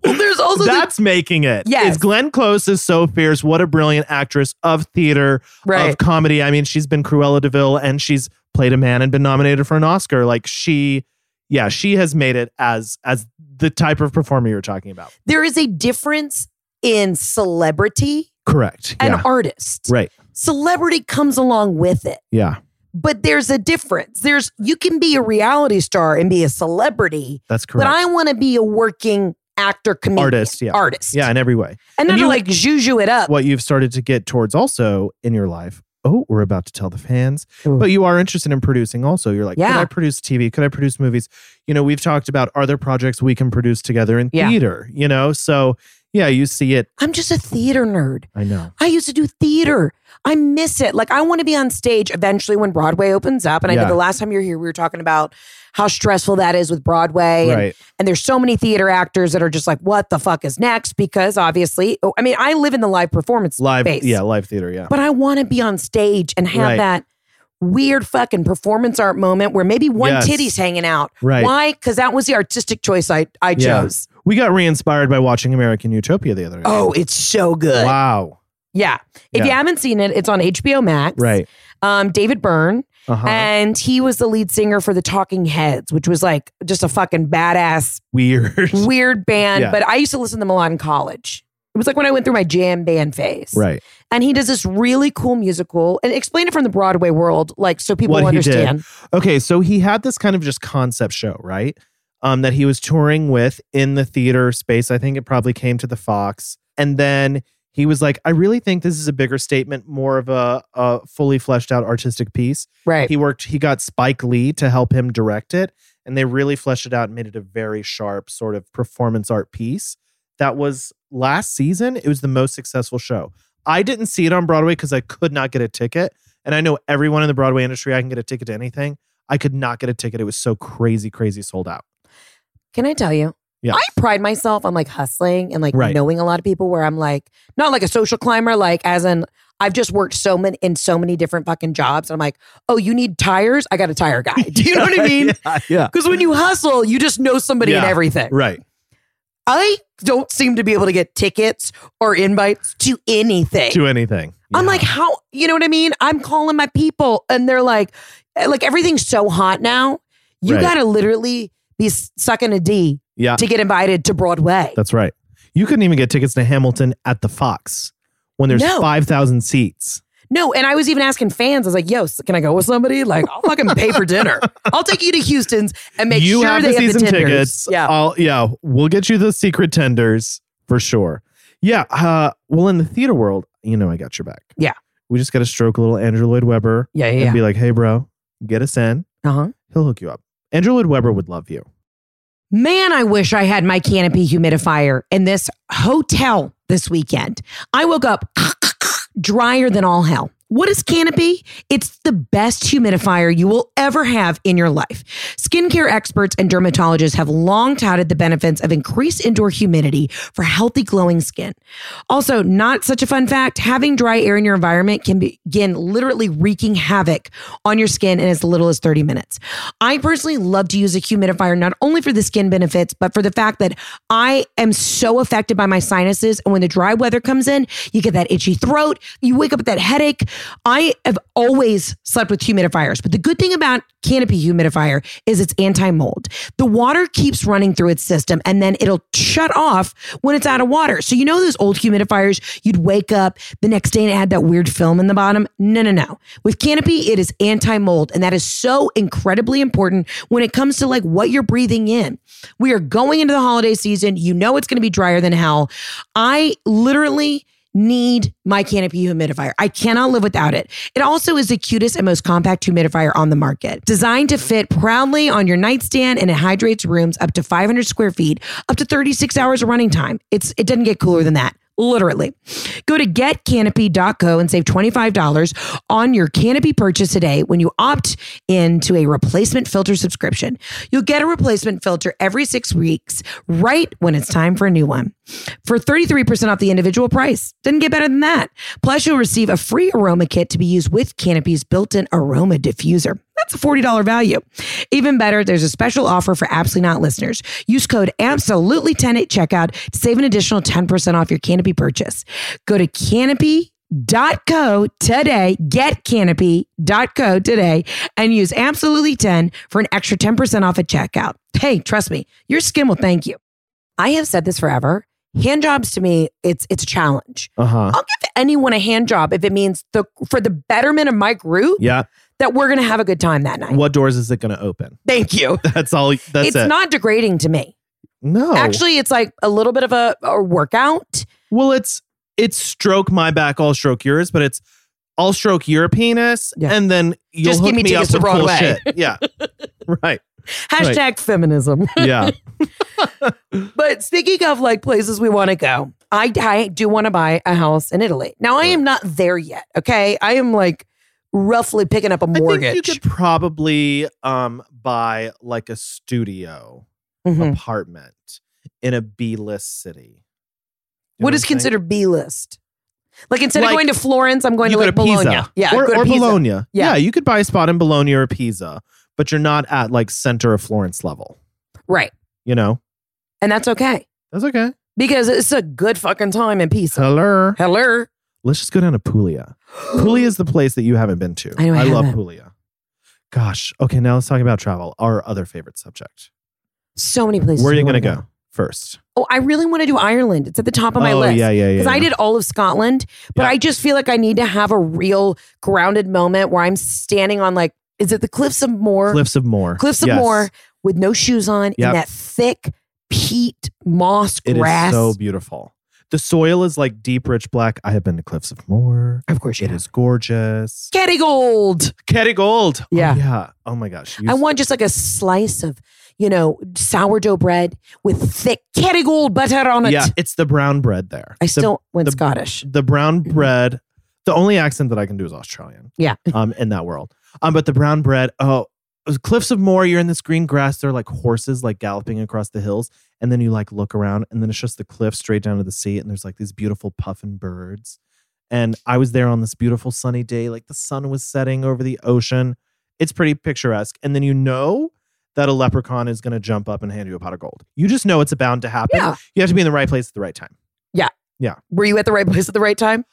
there's also the- That's making it. Yes. Is Glenn Close is so fierce. What a brilliant actress of theater, Right. of comedy. I mean, she's been Cruella DeVille and she's played a man and been nominated for an Oscar. Like she, yeah, she has made it as as the type of performer you're talking about. there is a difference in celebrity Correct. and yeah. artist. right. Celebrity comes along with it, Yeah. but there's a difference. There's you can be a reality star and be a celebrity, That's correct. but I want to be a working actor, comedian, Artist, yeah. artist, yeah, in every way. and not And to you- like juju it up. What you've started to get towards also in your life. Oh, we're about to tell the fans. Ooh. But you are interested in producing also. You're like, Yeah. could I produce TV? Could I produce movies? You know, we've talked about are there projects we can produce together in Yeah. theater? You know, so yeah, you see it. I'm just a theater nerd. I know. I used to do theater. I miss it. Like I want to be on stage eventually when Broadway opens up. And I Yeah. think the last time you were here, we were talking about how stressful that is with Broadway. And, Right. and there's so many theater actors that are just like, what the fuck is next? Because obviously, oh, I mean, I live in the live performance Live. space. Yeah, live theater. Yeah. But I want to be on stage and have Right. that weird fucking performance art moment where maybe one Yes. titty's hanging out. Right. Why? Because that was the artistic choice I, I Yeah. chose. We got re inspired by watching American Utopia the other day. Oh, it's so good. wow. Yeah. If you Yeah. haven't seen it, it's on HBO Max. Right. Um, David Byrne. Uh huh. And he was the lead singer for the Talking Heads, which was like just a fucking badass, Weird. weird band. Yeah. But I used to listen to them a lot in college. It was like when I went through my jam band phase. right. And he does this really cool musical and explain it from the Broadway world, like so people What he did. understand. Okay, so he had this kind of just concept show, right? Um, that he was touring with in the theater space. I think it probably came to the Fox, and then he was like, "I really think this is a bigger statement, more of a, a fully fleshed out artistic piece." Right. He worked. He got Spike Lee to help him direct it, and they really fleshed it out and made it a very sharp sort of performance art piece. That was last season. It was the most successful show. I didn't see it on Broadway because I could not get a ticket, and I know everyone in the Broadway industry. I can get a ticket to anything. I could not get a ticket. It was so crazy, crazy sold out. Can I tell you? Yeah. I pride myself on like hustling and like Right. knowing a lot of people where I'm like, not like a social climber, like as in I've just worked so many in so many different fucking jobs. I'm like, oh, you need tires? I got a tire guy. Do you know what I mean? yeah, yeah. Because when you hustle, you just know somebody and Yeah. everything. Right. I don't seem to be able to get tickets or invites to anything. Do anything. I'm Yeah. like, how you know what I mean? I'm calling my people and they're like, eh, like everything's so hot now. You Right. gotta literally be s- sucking a D yeah. to get invited to Broadway. That's right. You couldn't even get tickets to Hamilton at the Fox when there's No. 5,000 seats. No, and I was even asking fans, I was like, yo, s- can I go with somebody? Like, I'll fucking pay for dinner. I'll take you to Houston's and make you sure have they the have season the tenders. tickets. Yeah. I'll, yeah. We'll get you the secret tenders for sure. Yeah. Uh, well, in the theater world, you know, I got your back. Yeah. We just got to stroke a little Andrew Lloyd Webber yeah, yeah, and yeah. be like, hey, bro, get us in. Uh-huh. He'll hook you up. Andrew Lloyd Webber would love you. Man, I wish I had my canopy humidifier in this hotel this weekend. I woke up drier than all hell. What is Canopy? It's the best humidifier you will ever have in your life. Skincare experts and dermatologists have long touted the benefits of increased indoor humidity for healthy, glowing skin. Also, not such a fun fact having dry air in your environment can begin literally wreaking havoc on your skin in as little as 30 minutes. I personally love to use a humidifier not only for the skin benefits, but for the fact that I am so affected by my sinuses. And when the dry weather comes in, you get that itchy throat, you wake up with that headache. I have always slept with humidifiers, but the good thing about Canopy humidifier is it's anti mold. The water keeps running through its system and then it'll shut off when it's out of water. So, you know, those old humidifiers, you'd wake up the next day and it had that weird film in the bottom. No, no, no. With Canopy, it is anti mold. And that is so incredibly important when it comes to like what you're breathing in. We are going into the holiday season. You know, it's going to be drier than hell. I literally need my canopy humidifier. I cannot live without it. It also is the cutest and most compact humidifier on the market. Designed to fit proudly on your nightstand and it hydrates rooms up to 500 square feet, up to 36 hours of running time. It's it doesn't get cooler than that. Literally. Go to getcanopy.co and save $25 on your canopy purchase today when you opt into a replacement filter subscription. You'll get a replacement filter every six weeks, right when it's time for a new one for 33% off the individual price. Didn't get better than that. Plus, you'll receive a free aroma kit to be used with Canopy's built in aroma diffuser. That's a $40 value. Even better, there's a special offer for Absolutely Not listeners. Use code ABSOLUTELY10 at checkout to save an additional 10% off your Canopy purchase. Go to canopy.co today, get canopy.co today, and use Absolutely10 for an extra 10% off at checkout. Hey, trust me, your skin will thank you. I have said this forever hand jobs to me it's it's a challenge Uh huh. i'll give anyone a hand job if it means the for the betterment of my group Yeah. that we're gonna have a good time that night What doors is it going to open? thank you That's all. That's it's it. not degrading to me no. actually it's like a little bit of a, a workout Well, it's it's stroke my back, I'll stroke yours, but it's I'll stroke your penis, Yeah. and then you'll Just give hook me up tickets to with cool Broadway. shit. Yeah, right. hashtag feminism Yeah, but speaking of like places we want to go i i do want to buy a house in italy now i am not there yet okay i am like roughly picking up a I mortgage think you could probably um buy like a studio Mhm. apartment in a B list city. You know what is I'm saying? considered B list? Like instead of Like, going to Florence, I'm going you to go like to Bologna. Pisa. Yeah, or, go to or Pisa. Bologna. Yeah. Yeah. you could buy a spot in Bologna or Pisa, but you're not at like center of Florence level. Right, You know, and that's okay that's okay. because it's a good fucking time in Pisa. Hello. Hello. Let's just go down to Puglia. Puglia is the place that you haven't been to. I know I love haven't. Puglia. Gosh. Okay, now let's talk about travel, our other favorite subject. So many places. Where are you we going to wanna go first? Oh, I really want to do Ireland. It's at the top of my oh, list. yeah, yeah, yeah. Because I yeah. did all of Scotland, but Yeah. I just feel like I need to have a real grounded moment where I'm standing on like, is it the Cliffs of Moher? Cliffs of Moher. Cliffs of Yes. Moher with no shoes on in Yep. that thick peat moss It is grass. so beautiful. The soil is like deep, rich black. I have been to Cliffs of Moher. of course, you It have. is gorgeous. Getty Gold. Ketty Gold. Yeah. Oh, yeah. Oh my gosh. You I want just like a slice of, you know, sourdough bread with thick Kerrygold butter on it. Yeah, it's the brown bread there. I The- still went the- Scottish. Mm-hmm. the brown bread. The only accent that I can do is Australian. Yeah. Um, in that world. Um, but the brown bread. Oh, it was Cliffs of Moher. You're in this green grass. There are like horses like galloping across the hills, and then you like look around, and then it's just the cliff straight down to the sea, and there's like these beautiful puffin birds. And I was there on this beautiful sunny day. Like the sun was setting over the ocean. It's pretty picturesque. And then you know that a leprechaun is going to jump up and hand you a pot of gold. You just know it's bound to happen. Yeah. You have to be in the right place at the right time. Were you at the right place at the right time?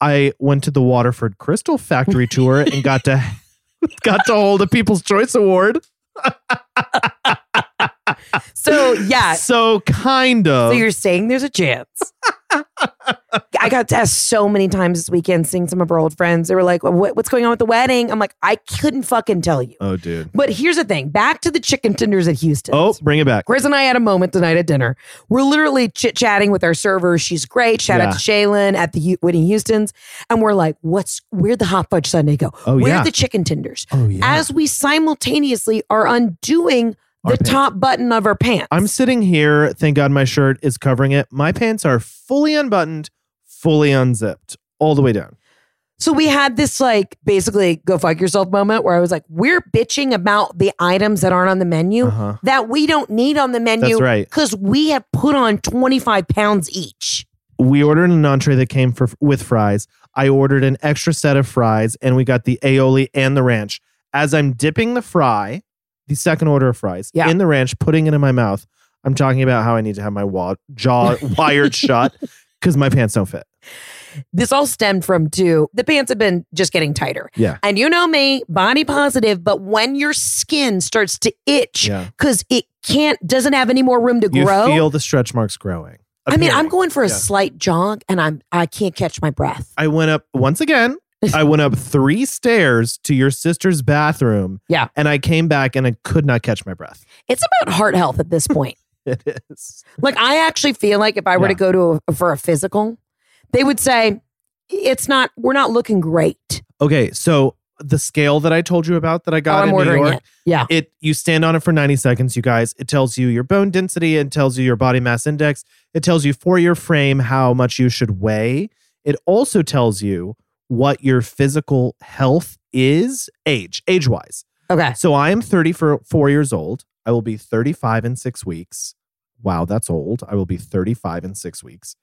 I went to the Waterford Crystal Factory tour and got to got to hold a People's Choice Award. So, yeah. so So kind of. you're saying there's a chance. I got asked so many times this weekend seeing some of our old friends. They were like, what, what's going on with the wedding? I'm like, I couldn't fucking tell you. oh, dude. But here's the thing back to the chicken tenders at Houston. Oh, bring it back. Chris and I had a moment tonight at dinner. We're literally chit chatting with our server. She's great. Shout out Yeah. to Shaylin at the U- Whitney Houston's. And we're like, what's where'd the hot fudge sundae go? Oh, Where'd yeah. the chicken tenders? Oh yeah. As we simultaneously are undoing Our the pants. top button of our pants. I'm sitting here. Thank God my shirt is covering it. My pants are fully unbuttoned, fully unzipped, all the way down. So we had this like basically go fuck yourself moment where I was like, we're bitching about the items that aren't on the menu Uh-huh. that we don't need on the menu That's right. because we have put on 25 pounds each. we ordered an entree that came for with fries. I ordered an extra set of fries, and we got the aioli and the ranch. As I'm dipping the fry, the second order of fries Yeah. in the ranch, putting it in my mouth, I'm talking about how I need to have my wa- jaw wired shut because my pants don't fit. This all stemmed from too, the pants have been just getting tighter. Yeah. And you know me, body positive, but when your skin starts to itch Yeah, because it can't, doesn't have any more room to you grow. feel the stretch marks growing. I mean, I'm appearing. going for a Yeah. slight jog and I'm, I can't catch my breath. I went up once again. I went up three stairs to your sister's bathroom. Yeah. and I came back and I could not catch my breath. It's about heart health at this point. It is. Like I actually feel like if I were Yeah. to go to a, for a physical, they would say it's not. We're not looking great. Okay, so the scale that I told you about that I Oh, got I'm in New ordering York, it. Yeah. it you stand on it for 90 seconds, you guys. It tells you your bone density, it tells you your body mass index, it tells you for your frame how much you should weigh. It also tells you what your physical health is age, age-wise. Okay. So I am 34 years old. I will be 35 in 6 weeks. Wow, that's old. I will be 35 in 6 weeks.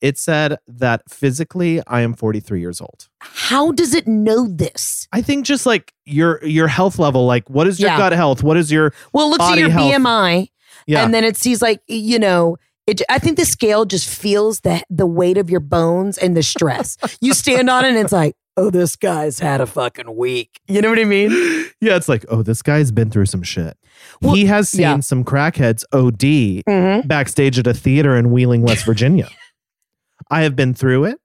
It said that physically I am 43 years old. How does it know this? I think just like your your health level, like what is your Yeah. gut health? What is your Well, it looks at Body your health. BMI, yeah? and then it sees like you know. It, I think the scale just feels the the weight of your bones and the stress. you stand on it, and it's like, oh, this guy's had a fucking week. You know what I mean? yeah, it's like oh, this guy's been through some shit. Well, he has seen yeah. some crackheads OD Mm-hmm. backstage at a theater in Wheeling, West Virginia. I have been through it.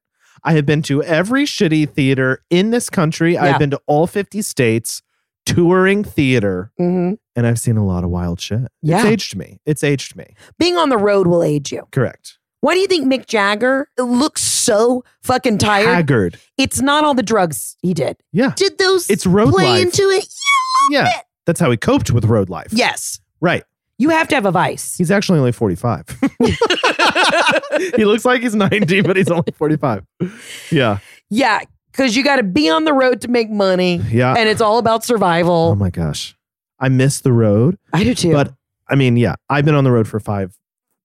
I have been to every shitty theater in this country. Yeah. I've been to all fifty states touring theater, Mm-hmm. and I've seen a lot of wild shit. It's Yeah. aged me. It's aged me. Being on the road will age you. Correct. Why do you think Mick Jagger looks so fucking tired? Haggard. It's not all the drugs he did. Yeah. Did those It's road play life. into it? Yeah. That's how he coped with road life. Yes. Right. You have to have a vice. He's actually only 45. he looks like he's 90, but he's only 45. Yeah. Yeah, because you got to be on the road to make money, Yeah. and it's all about oh survival. my gosh. I miss the road. I do too. But I mean, yeah, I've been on the road for five,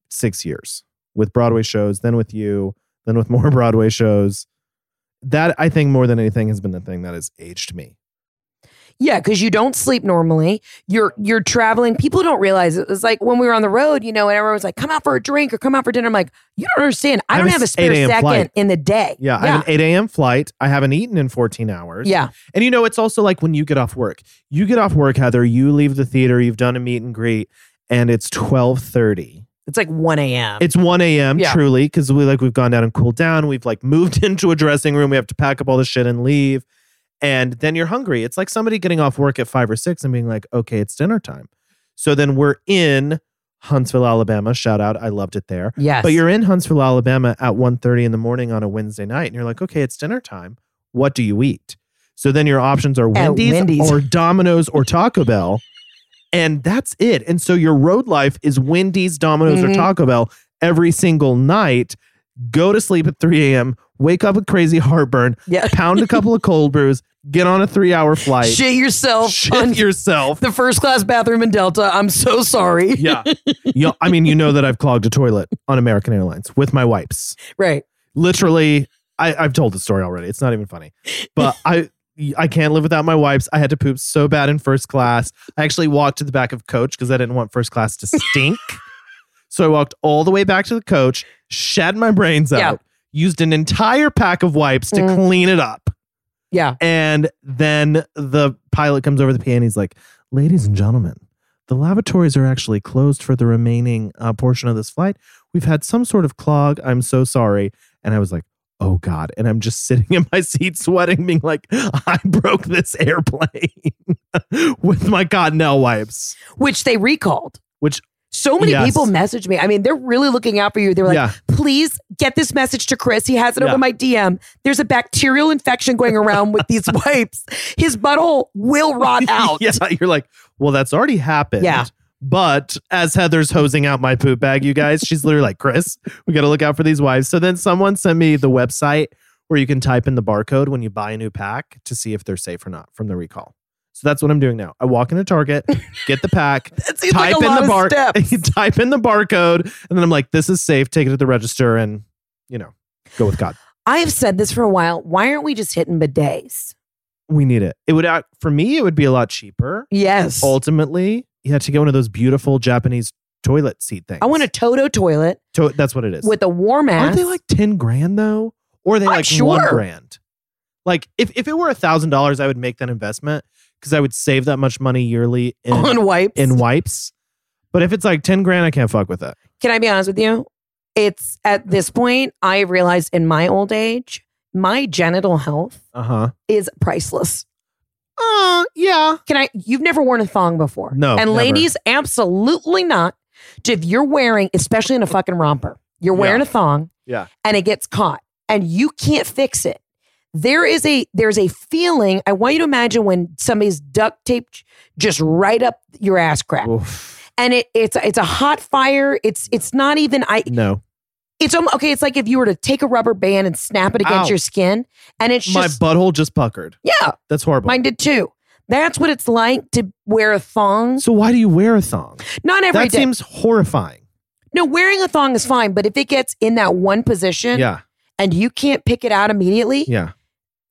six years with Broadway shows, then with you, then with more Broadway shows. That I think more than anything has been the thing that has aged me. yeah, because you don't sleep normally. You're you're traveling. People don't realize it. It's like when we were on the road, you know, and everyone was like, "Come out for a drink or come out for dinner." I'm like, "You don't understand. I I have don't a have a s- spare 8 a.m. second flight. in the day." Yeah, I have an 8 a.m. flight. I haven't eaten in 14 hours. yeah. And you know, it's also like when you get off work. You get off work, Heather, you leave the theater, you've done a meet and greet, and it's 1230. It's like one a.m. It's 1 a.m. Yeah. truly, because we like we've gone down and cooled down. We've like moved into a dressing room. We have to pack up all the shit and leave. And then you're hungry. It's like somebody getting off work at five or six and being like, okay, it's dinner time. So then we're in Huntsville, Alabama. Shout out. I loved it there. Yes. But you're in Huntsville, Alabama at 1:30 in the morning on a Wednesday night and you're like, "Okay, it's dinner time. What do you eat?" So then your options are At Wendy's, Wendy's. or Domino's or Taco Bell. And that's it. And so your road life is Wendy's, Domino's Mhm. or Taco Bell every single night. Go to sleep at 3 a.m., wake up with crazy heartburn, yeah. pound a couple of cold brews, get on a 3-hour flight. Shit yourself on shit yourself. the first class bathroom in Delta. I'm so sorry. yeah. yeah. I mean, you know that I've clogged a toilet on American Airlines with my wipes. Right. literally I, I've told the story already. It's not even funny. But I I can't live without my wipes. I had to poop so bad in first class. I actually walked to the back of coach because I didn't want first class to stink. so I walked all the way back to the coach, shed my brains out, Yeah. used an entire pack of wipes to Mm. clean it up. Yeah. And then the pilot comes over to the PA and he's like, ladies and gentlemen, the lavatories are actually closed for the remaining uh, portion of this flight. We've had some sort of clog. I'm so sorry. And I was like, oh God. And I'm just sitting in my seat sweating, being like, I broke this airplane with my Cottonelle wipes. Which they recalled. Which, So many Yes. people message me. I mean, they're really looking out for you. They're like, yeah, please get this message to Chris. He has it Yeah. over my DM. There's a bacterial infection going around with these wipes. His butthole will rot out. yeah. You're like, well, that's already happened. Yeah. But as Heather's hosing out my poop bag, you guys, she's literally like, Chris, we got to look out for these wipes. So then someone sent me the website where you can type in the barcode when you buy a new pack to see if they're safe or not from the recall. So that's what I'm doing now. I walk into Target, get the pack, That seems like a lot of steps. type in the barcode, and then I'm like, this is safe. Take it to the register and, you know, go with God. I have said this for a while. Why aren't we just hitting bidets? We need it. It would act for me, it would be a lot cheaper. Yes. Ultimately, you had to get one of those beautiful Japanese toilet seat things. I want a Toto toilet To- that's what it is. with a warm ass. Aren't they like 10 grand though? Or are they I'm like one sure. grand? Like if, if it were a thousand dollars, I would make that investment because I would save that much money yearly in, on wipes. in wipes. But if it's like 10 grand, I can't fuck with that. Can I be honest with you? It's at this point I realized in my old age, my genital health Uh-huh. is priceless. Uh yeah. Can I? You've never worn a thong before. No, And never. ladies, absolutely not. If you're wearing, especially in a fucking romper, you're Yeah. wearing a thong. Yeah. And it gets caught and you can't fix it. There is a there's a feeling. I want you to imagine when somebody's duct taped just right up your ass crack, Oof. and it it's it's a hot fire. It's it's not even I. No. It's almo- okay. It's like if you were to take a rubber band and snap it against Ow. your skin, and it's My just butthole just puckered. yeah. That's horrible. Mine did too. That's what it's like to wear a thong. so why do you wear a thong? Not every day. that seems horrifying. no, wearing a thong is fine, but if it gets in that one position Yeah. and you can't pick it out immediately, Yeah.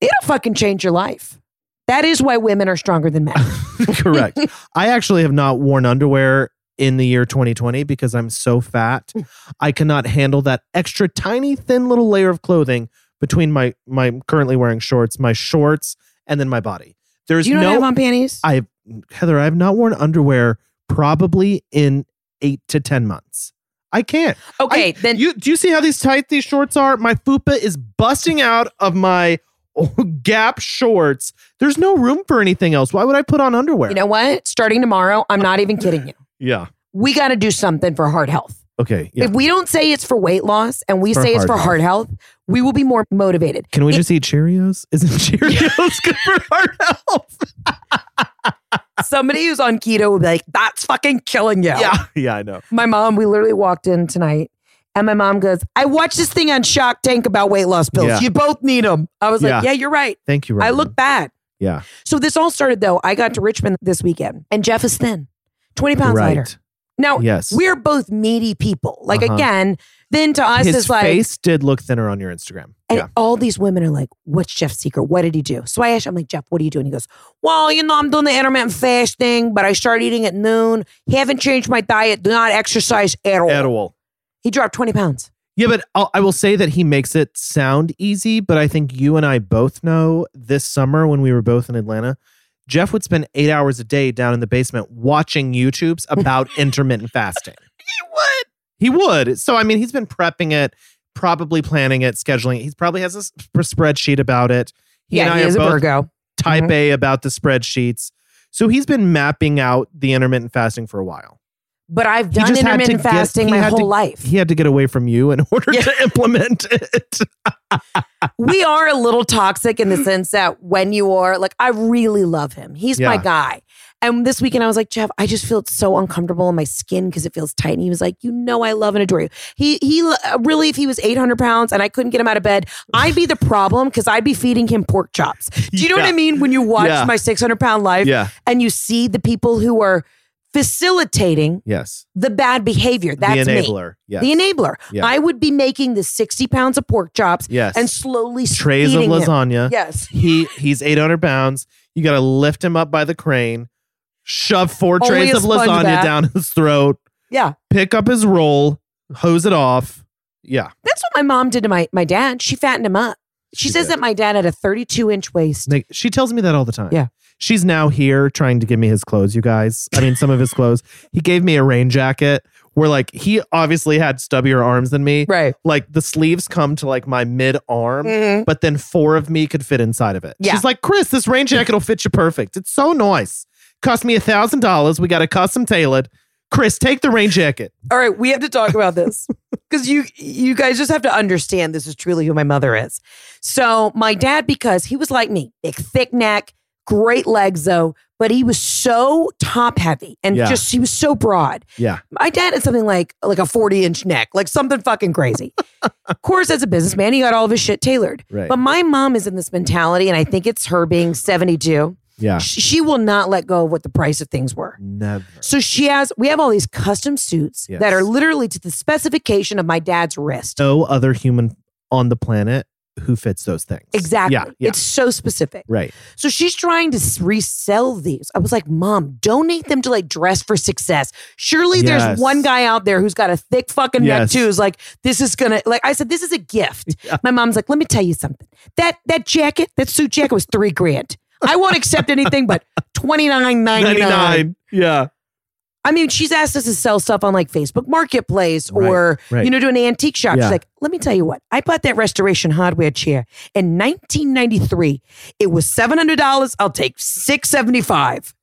it'll fucking change your life. That is why women are stronger than men. Correct. I actually have not worn underwear in the year 2020 because I'm so fat. Hmm. I cannot handle that extra tiny thin little layer of clothing between my my I'm currently wearing shorts, my shorts, and then my body. There's you don't no have um, on panties? I've Heather, I've not worn underwear probably in 8 to 10 months. I can't. okay, I- then you do you see how these tight these shorts are? My fupa is busting out of my Gap shorts. There's no room for anything else. Why would I put on underwear? you know what? Starting tomorrow, I'm not even kidding you. yeah. We got to do something for heart health. Okay. Yeah. If we don't say it's for weight loss and we For say it's heart for heart health, we will be more motivated. Can we It- just eat Cheerios? Isn't Cheerios good for heart health? Somebody who's on keto will be like, that's fucking killing you. Oh, Yeah, I know. My mom, we literally walked in tonight and my mom goes, I watched this thing on Shock Tank about weight loss pills. Yeah. You both need them. I was like, yeah, Yeah. you're right. Thank you, I Ryan. look bad. Yeah. So this all started though. I got to Richmond this weekend and Jeff is thin, 20 pounds right. lighter. Now, Yes. we're both meaty people. Like, Uh-huh. again, thin to us His is like, face did look thinner on your Instagram. and yeah. all these women are like, what's Jeff's secret? What did he do? So I asked him, I'm like, Jeff, what are you doing? He goes, well, you know, I'm doing the intermittent fasting, but I started eating at noon. Haven't changed my diet. Do not exercise at all. Edible. He dropped 20 pounds. Yeah, but I'll, I will say that he makes it sound easy, but I think you and I both know this summer when we were both in Atlanta, Jeff would spend eight hours a day down in the basement watching YouTubes about intermittent fasting. He would. He would. So, I mean, he's been prepping it, probably planning it, scheduling it. He probably has a s- spreadsheet about it. He and I he are is a both Virgo. Mm-hmm. type A about the spreadsheets. So he's been mapping out the intermittent fasting for a while. But I've He done just had to intermittent get- fasting he my had to- whole life. He had to get away from you in order Yeah. to implement it. we are a little toxic in the sense that when you are like, I really love him. He's my Yeah. guy. And this weekend I was like, Jeff, I just feel so uncomfortable in my skin because it feels tight. And he was like, you know, I love and adore you. He he uh, really, if he was 800 pounds and I couldn't get him out of bed, I'd be the problem because I'd be feeding him pork chops. Do you know what Yeah. I mean? When you watch Yeah. my 600 pound life Yeah. and you see the people who are facilitating Yes. the bad behavior, that's the me. enabler. Yes. The enabler. Yeah. I would be making the 60 pounds of pork chops Yes. and slowly Trays of feeding him. lasagna. Yes. He he's 800 pounds. You got to lift him up by the crane, shove four Only trays a of sponge lasagna bath. down his throat, Yeah. pick up his roll, hose it off. Yeah. That's what my mom did to my, my dad. She fattened him up. She, She says did. that my dad had a 32 inch waist. Like, she tells me that all the time. Yeah. She's now here trying to give me his clothes, you guys. I mean, some of his clothes. He gave me a rain jacket where, like, he obviously had stubbier arms than me. Right. Mm-hmm. Like, the sleeves come to, like, my mid arm, but then four of me could fit inside of it. Yeah. She's like, Chris, this rain jacket will fit you perfect. It's so nice. Cost me a $1,000. We got a custom tailored. Chris, take the rain jacket. All right, we have to talk about this because you you guys just have to understand this is truly who my mother is. So my dad, because he was like me, big thick neck, great legs though, but he was so top heavy and Yeah. just he was so broad. Yeah. My dad had something like like a 40 inch neck, like something fucking crazy. of course, as a businessman, he got all of his shit tailored. Right. But my mom is in this mentality, and I think it's her being 72. Yeah. She, she will not let go of what the price of things were. Never. So she has, we have all these custom suits Yes. that are literally to the specification of my dad's wrist. No other human on the planet who fits those things. Exactly. Yeah. yeah. It's so specific. right. So she's trying to s- resell these. I was like, Mom, donate them to like Dress for Success. Surely Yes. there's one guy out there who's got a thick fucking Yes. neck too. Is like, this is gonna like. I said, this is a gift. My mom's like, let me tell you something. That that jacket, that suit jacket, was three grand. I won't accept anything but twenty nine ninety nine. Yeah. I mean, she's asked us to sell stuff on like Facebook Marketplace or, Right, right. you know, to an antique shop. Yeah. She's like, let me tell you what, I bought that restoration hardware chair in 1993. It was $700. I'll take 675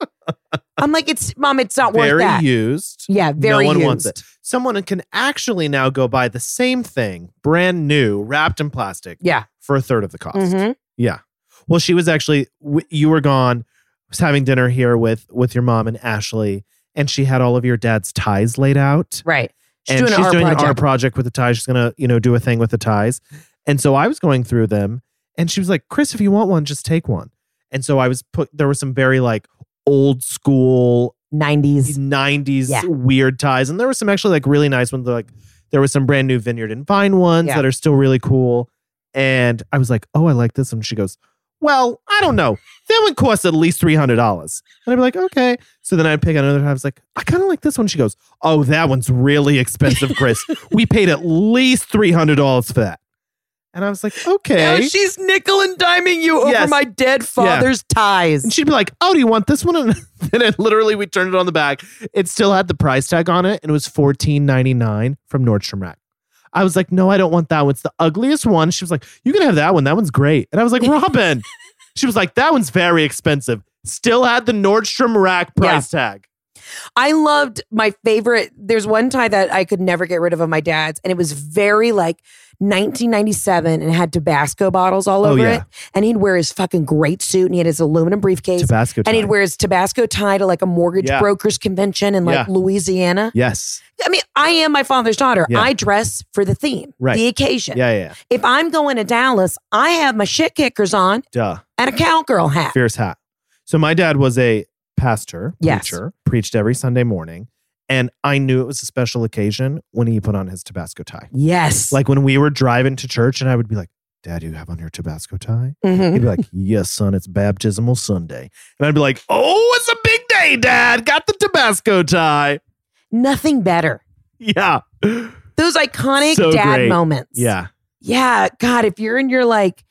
I'm like, it's, mom, it's not Very worth that. used. Yeah, very no one used. wants it. Someone can actually now go buy the same thing, brand new, wrapped in plastic, Yeah. for a third of the cost. Mhm. Yeah. Well, she was actually w- you were gone. I was having dinner here with with your mom and Ashley, and she had all of your dad's ties laid out. Right. She's and doing she's an art doing an art project. project with the ties. She's gonna you know do a thing with the ties. And so I was going through them, and she was like, "Chris, if you want one, just take one." And so I was put. There were some very like old school 90s. 90s Yeah. weird ties. And there were some actually like really nice ones. Like there was some brand new Vineyard and Vine ones Yeah. that are still really cool. And I was like, oh, I like this one. She goes, well, I don't know. That one costs at least $300. And I'd be like, okay. So then I'd pick another tie. I was like, I kind of like this one. She goes, oh, that one's really expensive, Chris. we paid at least $300 for that. And I was like, okay. Oh, she's nickel and diming you over Yes. my dead father's And ties. she'd be like, "Oh, do you want this one?" And then it, literally, we turned it on the back. It still had the price tag on it, and it was fourteen ninety nine from Nordstrom Rack. I was like, "No, I don't want that one. It's the ugliest one." She was like, "You can have that one. That one's great." And I was like, "Robin," she was like, "That one's very expensive." Still had the Nordstrom Rack price tag. I loved my favorite. There's one tie that I could never get rid of of my dad's, and it was very like 1997 and had Tabasco bottles all Oh, over yeah. it. And he'd wear his fucking great suit and he had his aluminum briefcase. Tabasco. And he'd tie. wear his Tabasco tie to like a mortgage Yeah. brokers convention in like Yeah. Louisiana. Yes. I mean, I am my father's daughter. Yeah. I dress for the theme, Right. the occasion. Yeah, yeah. yeah. If I'm going to Dallas, I have my shit kickers on Duh. and a cowgirl hat. Fierce hat. So my dad was a pastor, Yes. preacher, preached every Sunday morning. And I knew it was a special occasion when he put on his Tabasco tie. Yes. Like when we were driving to church and I would be like, Dad, you have on your Tabasco tie? Mhm. He'd be like, Yes, son, it's baptismal Sunday. And I'd be like, Oh, it's a big day, Dad. Got the Tabasco tie. nothing better. Yeah. Those iconic So dad great. moments. Yeah. Yeah, God, if you're in your like, if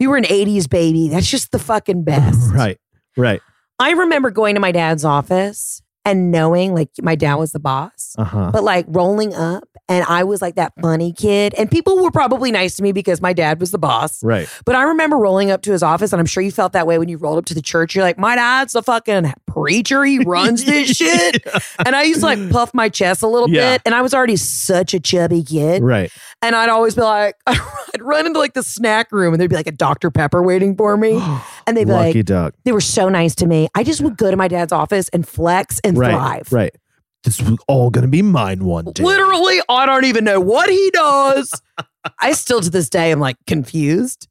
you were an 80s baby, that's just the fucking best. Right. Right. I remember going to my dad's office and knowing like my dad was the boss, Uh huh. but like rolling up and I was like that funny kid. And people were probably nice to me because my dad was the boss. Right. But I remember rolling up to his office, and I'm sure you felt that way when you rolled up to the church. You're like, my dad's the fucking preacher. He runs this shit. And I used to like puff my chest a little Yeah. bit. And I was already such a chubby kid. Right. And I'd always be like, I'd run into like the snack room and there'd be like a Dr. Pepper waiting for me. And they'd be Lucky like, duck. they were so nice to me. I just would go to my dad's office and flex and Right. thrive. Right. This was all going to be mine one day. Literally, I don't even know what he does. I still to this day am like confused.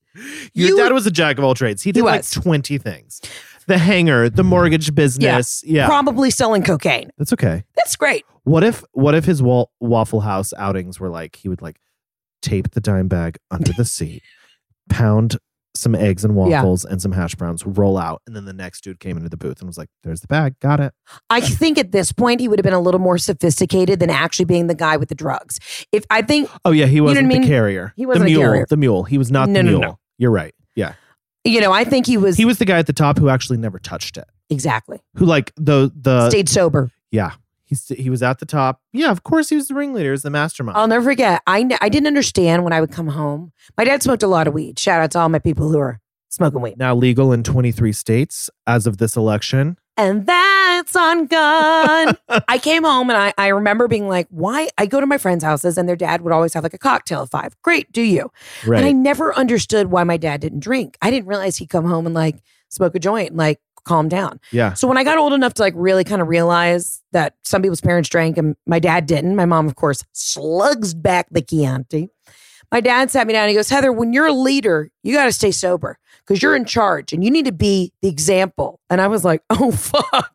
Your You- dad was a jack of all trades. He did He like was. 20 things the hanger, the mortgage business. Yeah. Probably selling cocaine. That's okay. That's great. What if what if his wa- Waffle House outings were like he would like tape the dime bag under the seat, pound some eggs and Yeah. waffles and some hash browns, roll out, and then the next dude came into the booth and was like, "There's the bag, got it." I think at this point he would have been a little more sophisticated than actually being the guy with the drugs. If I think, Oh yeah, he what I wasn't mean? the carrier. He wasn't a the mule. carrier. The mule. He was not No, the no, mule. no. You're right. Yeah, you know, I think he was he was the guy at the top who actually never touched it. exactly Who like the the stayed sober. Yeah. He's, he was at the top. Yeah, of course he was the ringleader, he was the mastermind. I'll never forget. I kn- I didn't understand when I would come home. My dad smoked a lot of weed. Shout out to all my people who are smoking weed. now legal in 23 states as of this election. And that's on gun. I came home and I, I remember being like, why? I go to my friends' houses and their dad would always have like a cocktail at five. Great, do you? And I never understood why my dad didn't drink. I didn't realize he'd come home and like smoke a joint and like calm down. Yeah. So when I got old enough to like really kind of realize that some people's parents drank and my dad didn't, my mom, of course, slugs back the Chianti. My dad sat me down and he goes, Heather, when you're a leader, you got to stay sober because you're in charge and you need to be the example. And I was like, oh, fuck.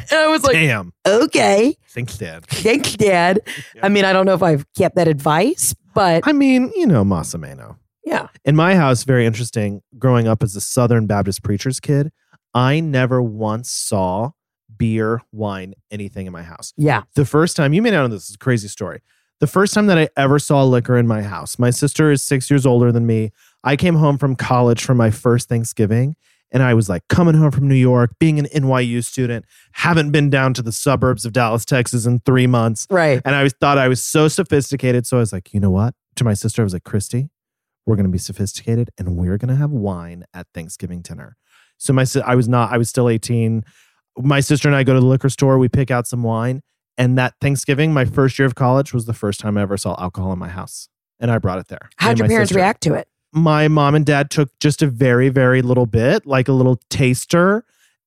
And I was like, Damn. okay, Thanks, Dad. thanks, dad. I mean, I don't know if I've kept that advice, but I mean, you know, Massimano. yeah. In my house, very interesting, growing up as a Southern Baptist preacher's kid, I never once saw beer, wine, anything in my house. Yeah. The first time, you may not know this, it's a crazy story. The first time that I ever saw liquor in my house, my sister is six years older than me. I came home from college for my first Thanksgiving, and I was like coming home from New York, being an NYU student, haven't been down to the suburbs of Dallas, Texas in three months. Right. And I was, thought I was so sophisticated. So I was like, you know what? To my sister, I was like, Christy, we're going to be sophisticated and we're going to have wine at Thanksgiving dinner. So my si- I was not, I was still 18. My sister and I go to the liquor store, we pick out some wine. And that Thanksgiving, my first year of college, was the first time I ever saw alcohol in my house. And I brought it there. Me How'd and your my parents sister. react to it? My mom and dad took just a very, very little bit, like a little taster.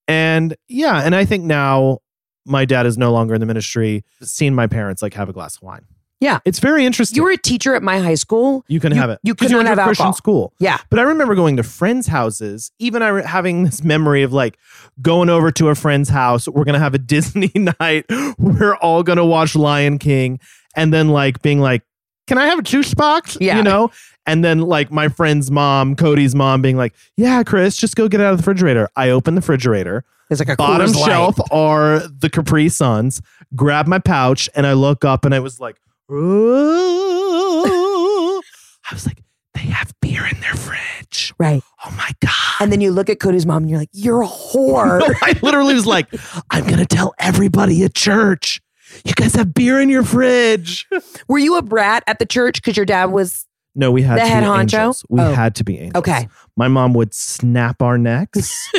And yeah, and I think now my dad is no longer in the ministry, seeing my parents like have a glass of wine. Yeah. It's very interesting. You were a teacher at my high school. you can you- have it. you 'Cause could went not to a have Christian alcohol. school. Yeah. But I remember going to friends' houses. Even I re- having this memory of like going over to a friend's house. We're gonna have a Disney night. We're all gonna watch Lion King, and then like being like, "Can I have a juice box?" Yeah. You know. And then like my friend's mom, Cody's mom, being like, "Yeah, Chris, just go get it out of the refrigerator." I open the refrigerator. It's like a Bottom Coors Light. shelf are the Capri Suns. Grab my pouch and I look up and I was like, "Oh." I was like, they have beer in their fridge. Right. Oh my God. And then you look at Cody's mom and you're like, you're a whore. No, I literally was like, I'm going to tell everybody at church, you guys have beer in your fridge. Were you a brat at the church because your dad was No, we had The to head be honcho? angels. We Oh. had to be angels. okay? My mom would snap our necks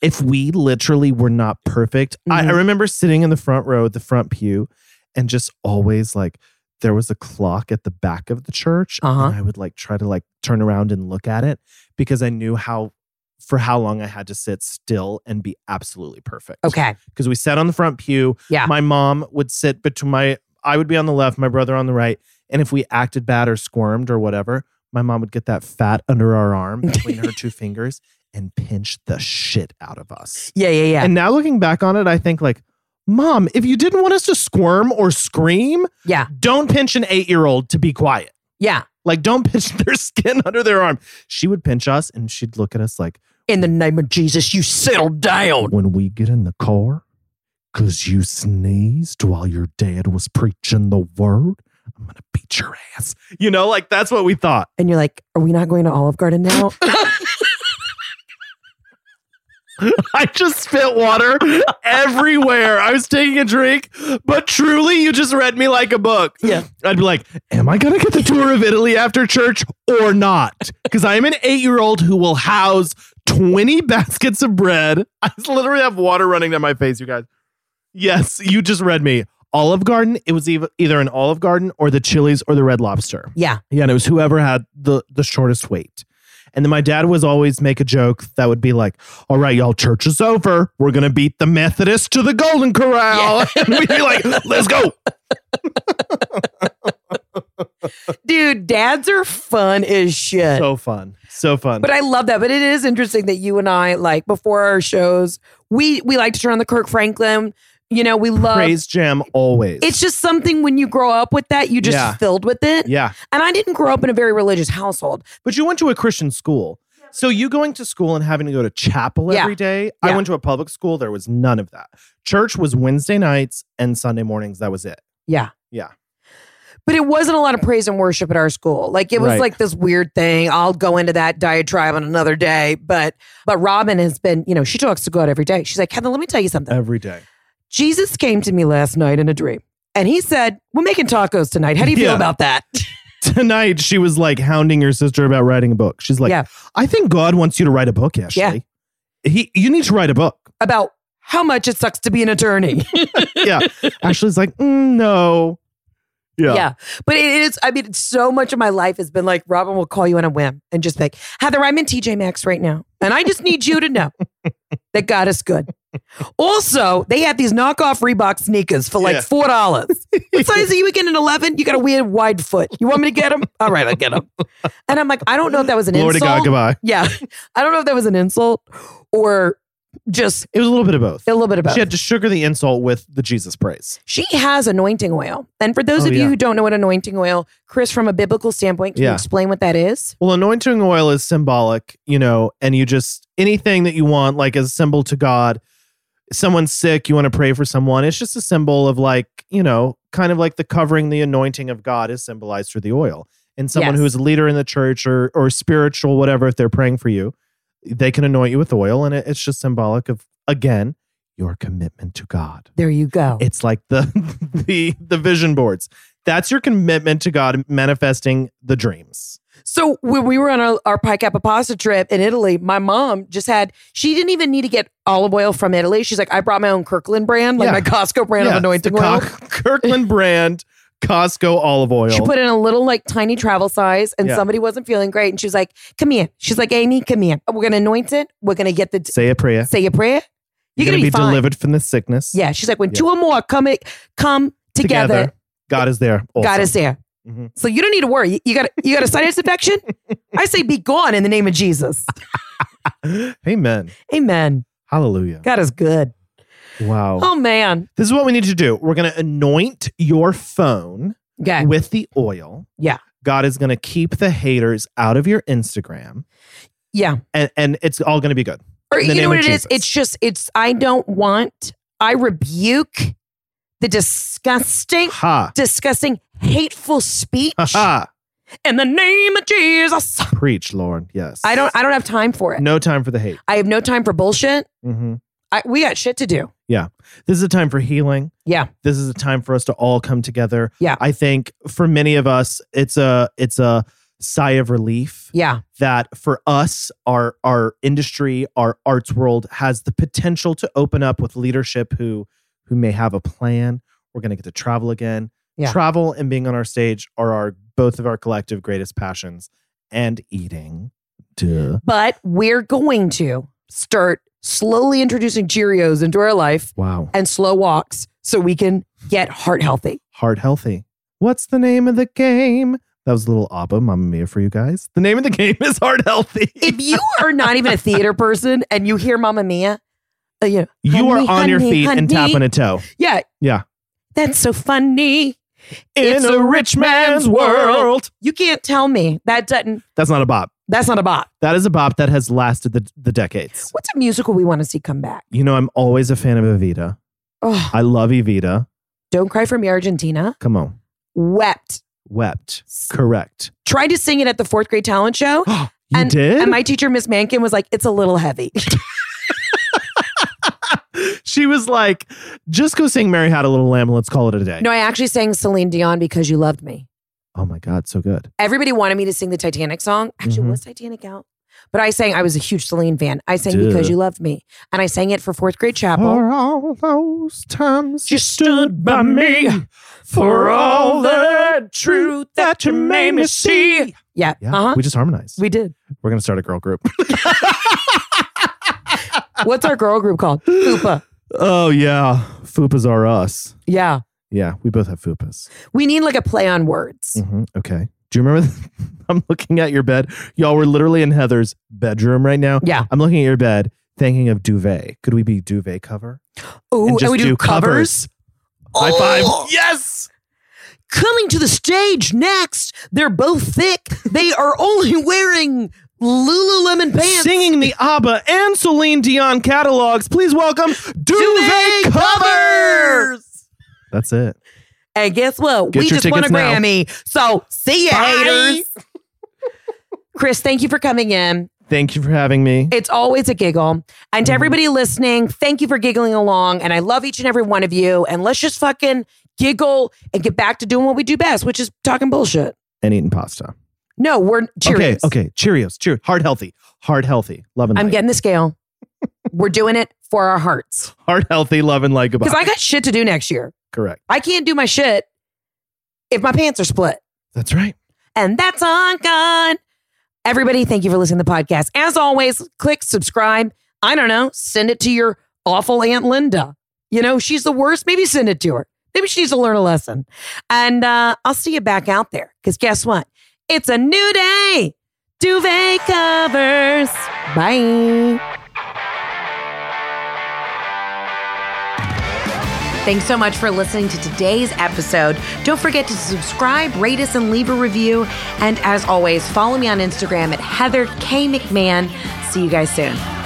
if we literally were not perfect. I, I Mhm. remember sitting in the front row, the front pew, and just always like there was a clock at the back of the church, Uh-huh. and I would like try to like turn around and look at it because I knew how for how long I had to sit still and be absolutely perfect. Okay. because we sat on the front pew. Yeah. my mom would sit between my I would be on the left, my brother on the right, and if we acted bad or squirmed or whatever, my mom would get that fat under our arm between her two fingers and pinch the shit out of us. Yeah, yeah, yeah. And now looking back on it, I think like, mom, if you didn't want us to squirm or scream, yeah. don't pinch an eight year old to be quiet. Yeah. Like, don't pinch their skin under their arm. She would pinch us and she'd look at us like, In the name of Jesus, you settle down. when we get in the car because you sneezed while your dad was preaching the word, I'm going to beat your ass. You know, like that's what we thought. And you're like, are we not going to Olive Garden now? I just spit water everywhere. I was taking a drink, but truly, you just read me like a book. Yeah. I'd be like, Am I going to get the tour of Italy after church or not? Because I am an eight year old who will house 20 baskets of bread. I literally have water running down my face, you guys. Yes, you just read me. Olive Garden, it was ev- either an Olive Garden or the Chili's or the Red Lobster. yeah. Yeah, and it was whoever had the the shortest wait. And then my dad was always make a joke that would be like, "All right, y'all, church is over. We're gonna beat the Methodist to the Golden Corral," and we'd be like, "Let's go." Dude, dads are fun as shit. So fun, so fun. But I love that. But it is interesting that you and I, like before our shows, we we like to turn on the Kirk Franklin. You know, we love praise Jam always. it's just something when you grow up with that, you just Yeah. filled with it. yeah, And I didn't grow up in a very religious household. but you went to a Christian school, so you going to school and having to go to chapel Yeah. every day. Yeah. I went to a public school. There was none of that. Church was Wednesday nights and Sunday mornings. That was it. Yeah. Yeah. But it wasn't a lot of praise and worship at our school. Like it was Right. like this weird thing. I'll go into that diatribe on another day. But but Robin has been, you know, she talks to God every day. She's like, Heather, let me tell you something. Every day. Jesus came to me last night in a dream. And he said, We're making tacos tonight. How do you feel Yeah. about that? tonight she was like hounding your sister about writing a book. She's like, Yeah. I think God wants you to write a book, Ashley. Yeah. He you need to write a book. about how much it sucks to be an attorney. Yeah. Ashley's like, "Mm, no. Yeah. But it is, I mean, so much of my life has been like Robin will call you on a whim and just be like, Heather, I'm in TJ Maxx right now. And I just need you to know that got us good. also, they had these knockoff Reebok sneakers for like Yeah. four dollars. what size are you again? An eleven? You got a weird wide foot. You want me to get them? All right, I'll get them. And I'm like, I don't know if that was an Lord of insult. God, goodbye. Yeah, I don't know if that was an insult or just It was a little bit of both. a little bit about. She had to sugar the insult with the Jesus praise. She has anointing oil. And for those Oh, of you yeah. who don't know what anointing oil, Chris, from a biblical standpoint, can you Yeah. explain what that is? Well, anointing oil is symbolic, you know, and you just anything that you want, like as a symbol to God. Someone's sick, you want to pray for someone. It's just a symbol of like, you know, kind of like the covering, the anointing of God is symbolized through the oil. And someone Yes. who is a leader in the church or or spiritual, whatever, if they're praying for you, they can anoint you with oil. And it, it's just symbolic of again, your commitment to God. There you go. It's like the the the vision boards. That's your commitment to God manifesting the dreams. So when we were on our, our Pike Apapasta trip in Italy, my mom just had, she didn't even need to get olive oil from Italy. She's like, I brought my own Kirkland brand, like Yeah. my Costco brand Yeah, of anointing the oil. Kirk- Kirkland brand Costco olive oil. She put in a little like tiny travel size and Yeah. somebody wasn't feeling great. And she was like, come here. She's like, Amy, come here. We're going to anoint it. We're going to get the, Say a prayer. say a prayer. You're, gonna going to be, fine. delivered from this sickness. Yeah. She's like, when Yeah. two or more come, it, come together, God is there. also. God is there. Mhm. So you don't need to worry. You- You got you got a sinus infection. I say, be gone in the name of Jesus. Amen. Amen. Hallelujah. God is good. Wow. Oh man. This is what we need to do. We're gonna anoint your phone Okay. with the oil. Yeah. God is gonna keep the haters out of your Instagram. Yeah. And and it's all gonna be good. Or In you the know name what it of is? Jesus. It's just it's. I don't want. I rebuke the disgusting, Ha. disgusting, hateful speech Ha ha. in the name of Jesus. Preach, Lord. Yes. I don't. I don't have time for it. No time for the hate. I have no time for bullshit. hmm I, we got shit to do. This is a time for healing. Yeah. This is a time for us to all come together. Yeah. I think for many of us, it's a it's a sigh of relief Yeah. that for us, our our industry, our arts world has the potential to open up with leadership who who may have a plan. We're gonna get to travel again. Yeah. Travel and being on our stage are our both of our collective greatest passions, and eating. Duh. But we're going to start slowly introducing Cheerios into our life Wow. and slow walks so we can get heart healthy. Heart Healthy. What's the name of the game? That was a little ABBA, Mamma Mia for you guys. The name of the game is Heart Healthy. If you are not even a theater person and you hear Mamma Mia, uh, you, know, you are on honey, your honey, feet and honey. tapping a toe. Yeah. Yeah. That's so funny. It's In a a rich man's world. You can't tell me that doesn't, That's not a bop. that's not a bop. That is a bop that has lasted the, the decades. What's a musical we want to see come back? You know, I'm always a fan of Evita. Oh, I love Evita. Don't Cry for Me, Argentina. Come on. Wept. Wept. Correct. Tried to sing it at the fourth grade talent show. you and, did? And my teacher, Miss Mankin, was like, it's a little heavy. she was like, just go sing Mary Had a Little Lamb and let's call it a day. no, I actually sang Celine Dion because you loved me. Oh my God, so good. everybody wanted me to sing the Titanic song. Actually, Mhm. was Titanic out? But I sang, I was a huge Celine fan. I sang Dude. Because You Loved Me. And I sang it for fourth grade chapel. For all those times You Oh, stood by me, for all the truth that you made me see. Yeah. Yeah, Uh huh. we just harmonized. We did. We're gonna start a girl group. What's our girl group called? Fupa. oh yeah, fupas are us. Yeah. Yeah, we both have fupas. We need like a play on words. Mhm, Okay. Do you remember? I'm looking at your bed. Y'all, we're literally in Heather's bedroom right now. Yeah. I'm looking at your bed, thinking of duvet. Could we be duvet cover? Ooh, and, we do, covers. High Oh! five! Yes. Coming to the stage next, they're both thick. They are only wearing Lululemon pants. Singing the ABBA and Celine Dion catalogs, please welcome Duvet, Duvet Cover. That's it. And guess what? Get we your just won a tickets now. Grammy. So see ya, Bye. haters. Chris, thank you for coming in. Thank you for having me. It's always a giggle. And Mm-hmm. to everybody listening, thank you for giggling along. And I love each and every one of you. And let's just fucking giggle and get back to doing what we do best, which is talking bullshit. and eating pasta. No, we're cheering. Okay, okay. Cheerios. Cheer. Heart healthy. Heart healthy. Love and I'm light. getting the scale. we're doing it for our hearts. Heart healthy. Love and light. Goodbye. Because I got shit to do next year. Correct. I can't do my shit if my pants are split. That's right. and that's on God. Everybody, thank you for listening to the podcast. As always, click subscribe I don't know, send it to your awful Aunt Linda. You know, she's the worst. Maybe send it to her. Maybe she needs to learn a lesson. And uh, I'll see you back out there because guess what? It's a new day. Duvet covers. Bye. Thanks so much for listening to today's episode. Don't forget to subscribe, rate us, and leave a review. And as always, follow me on Instagram at Heather K. McMahon. See you guys soon.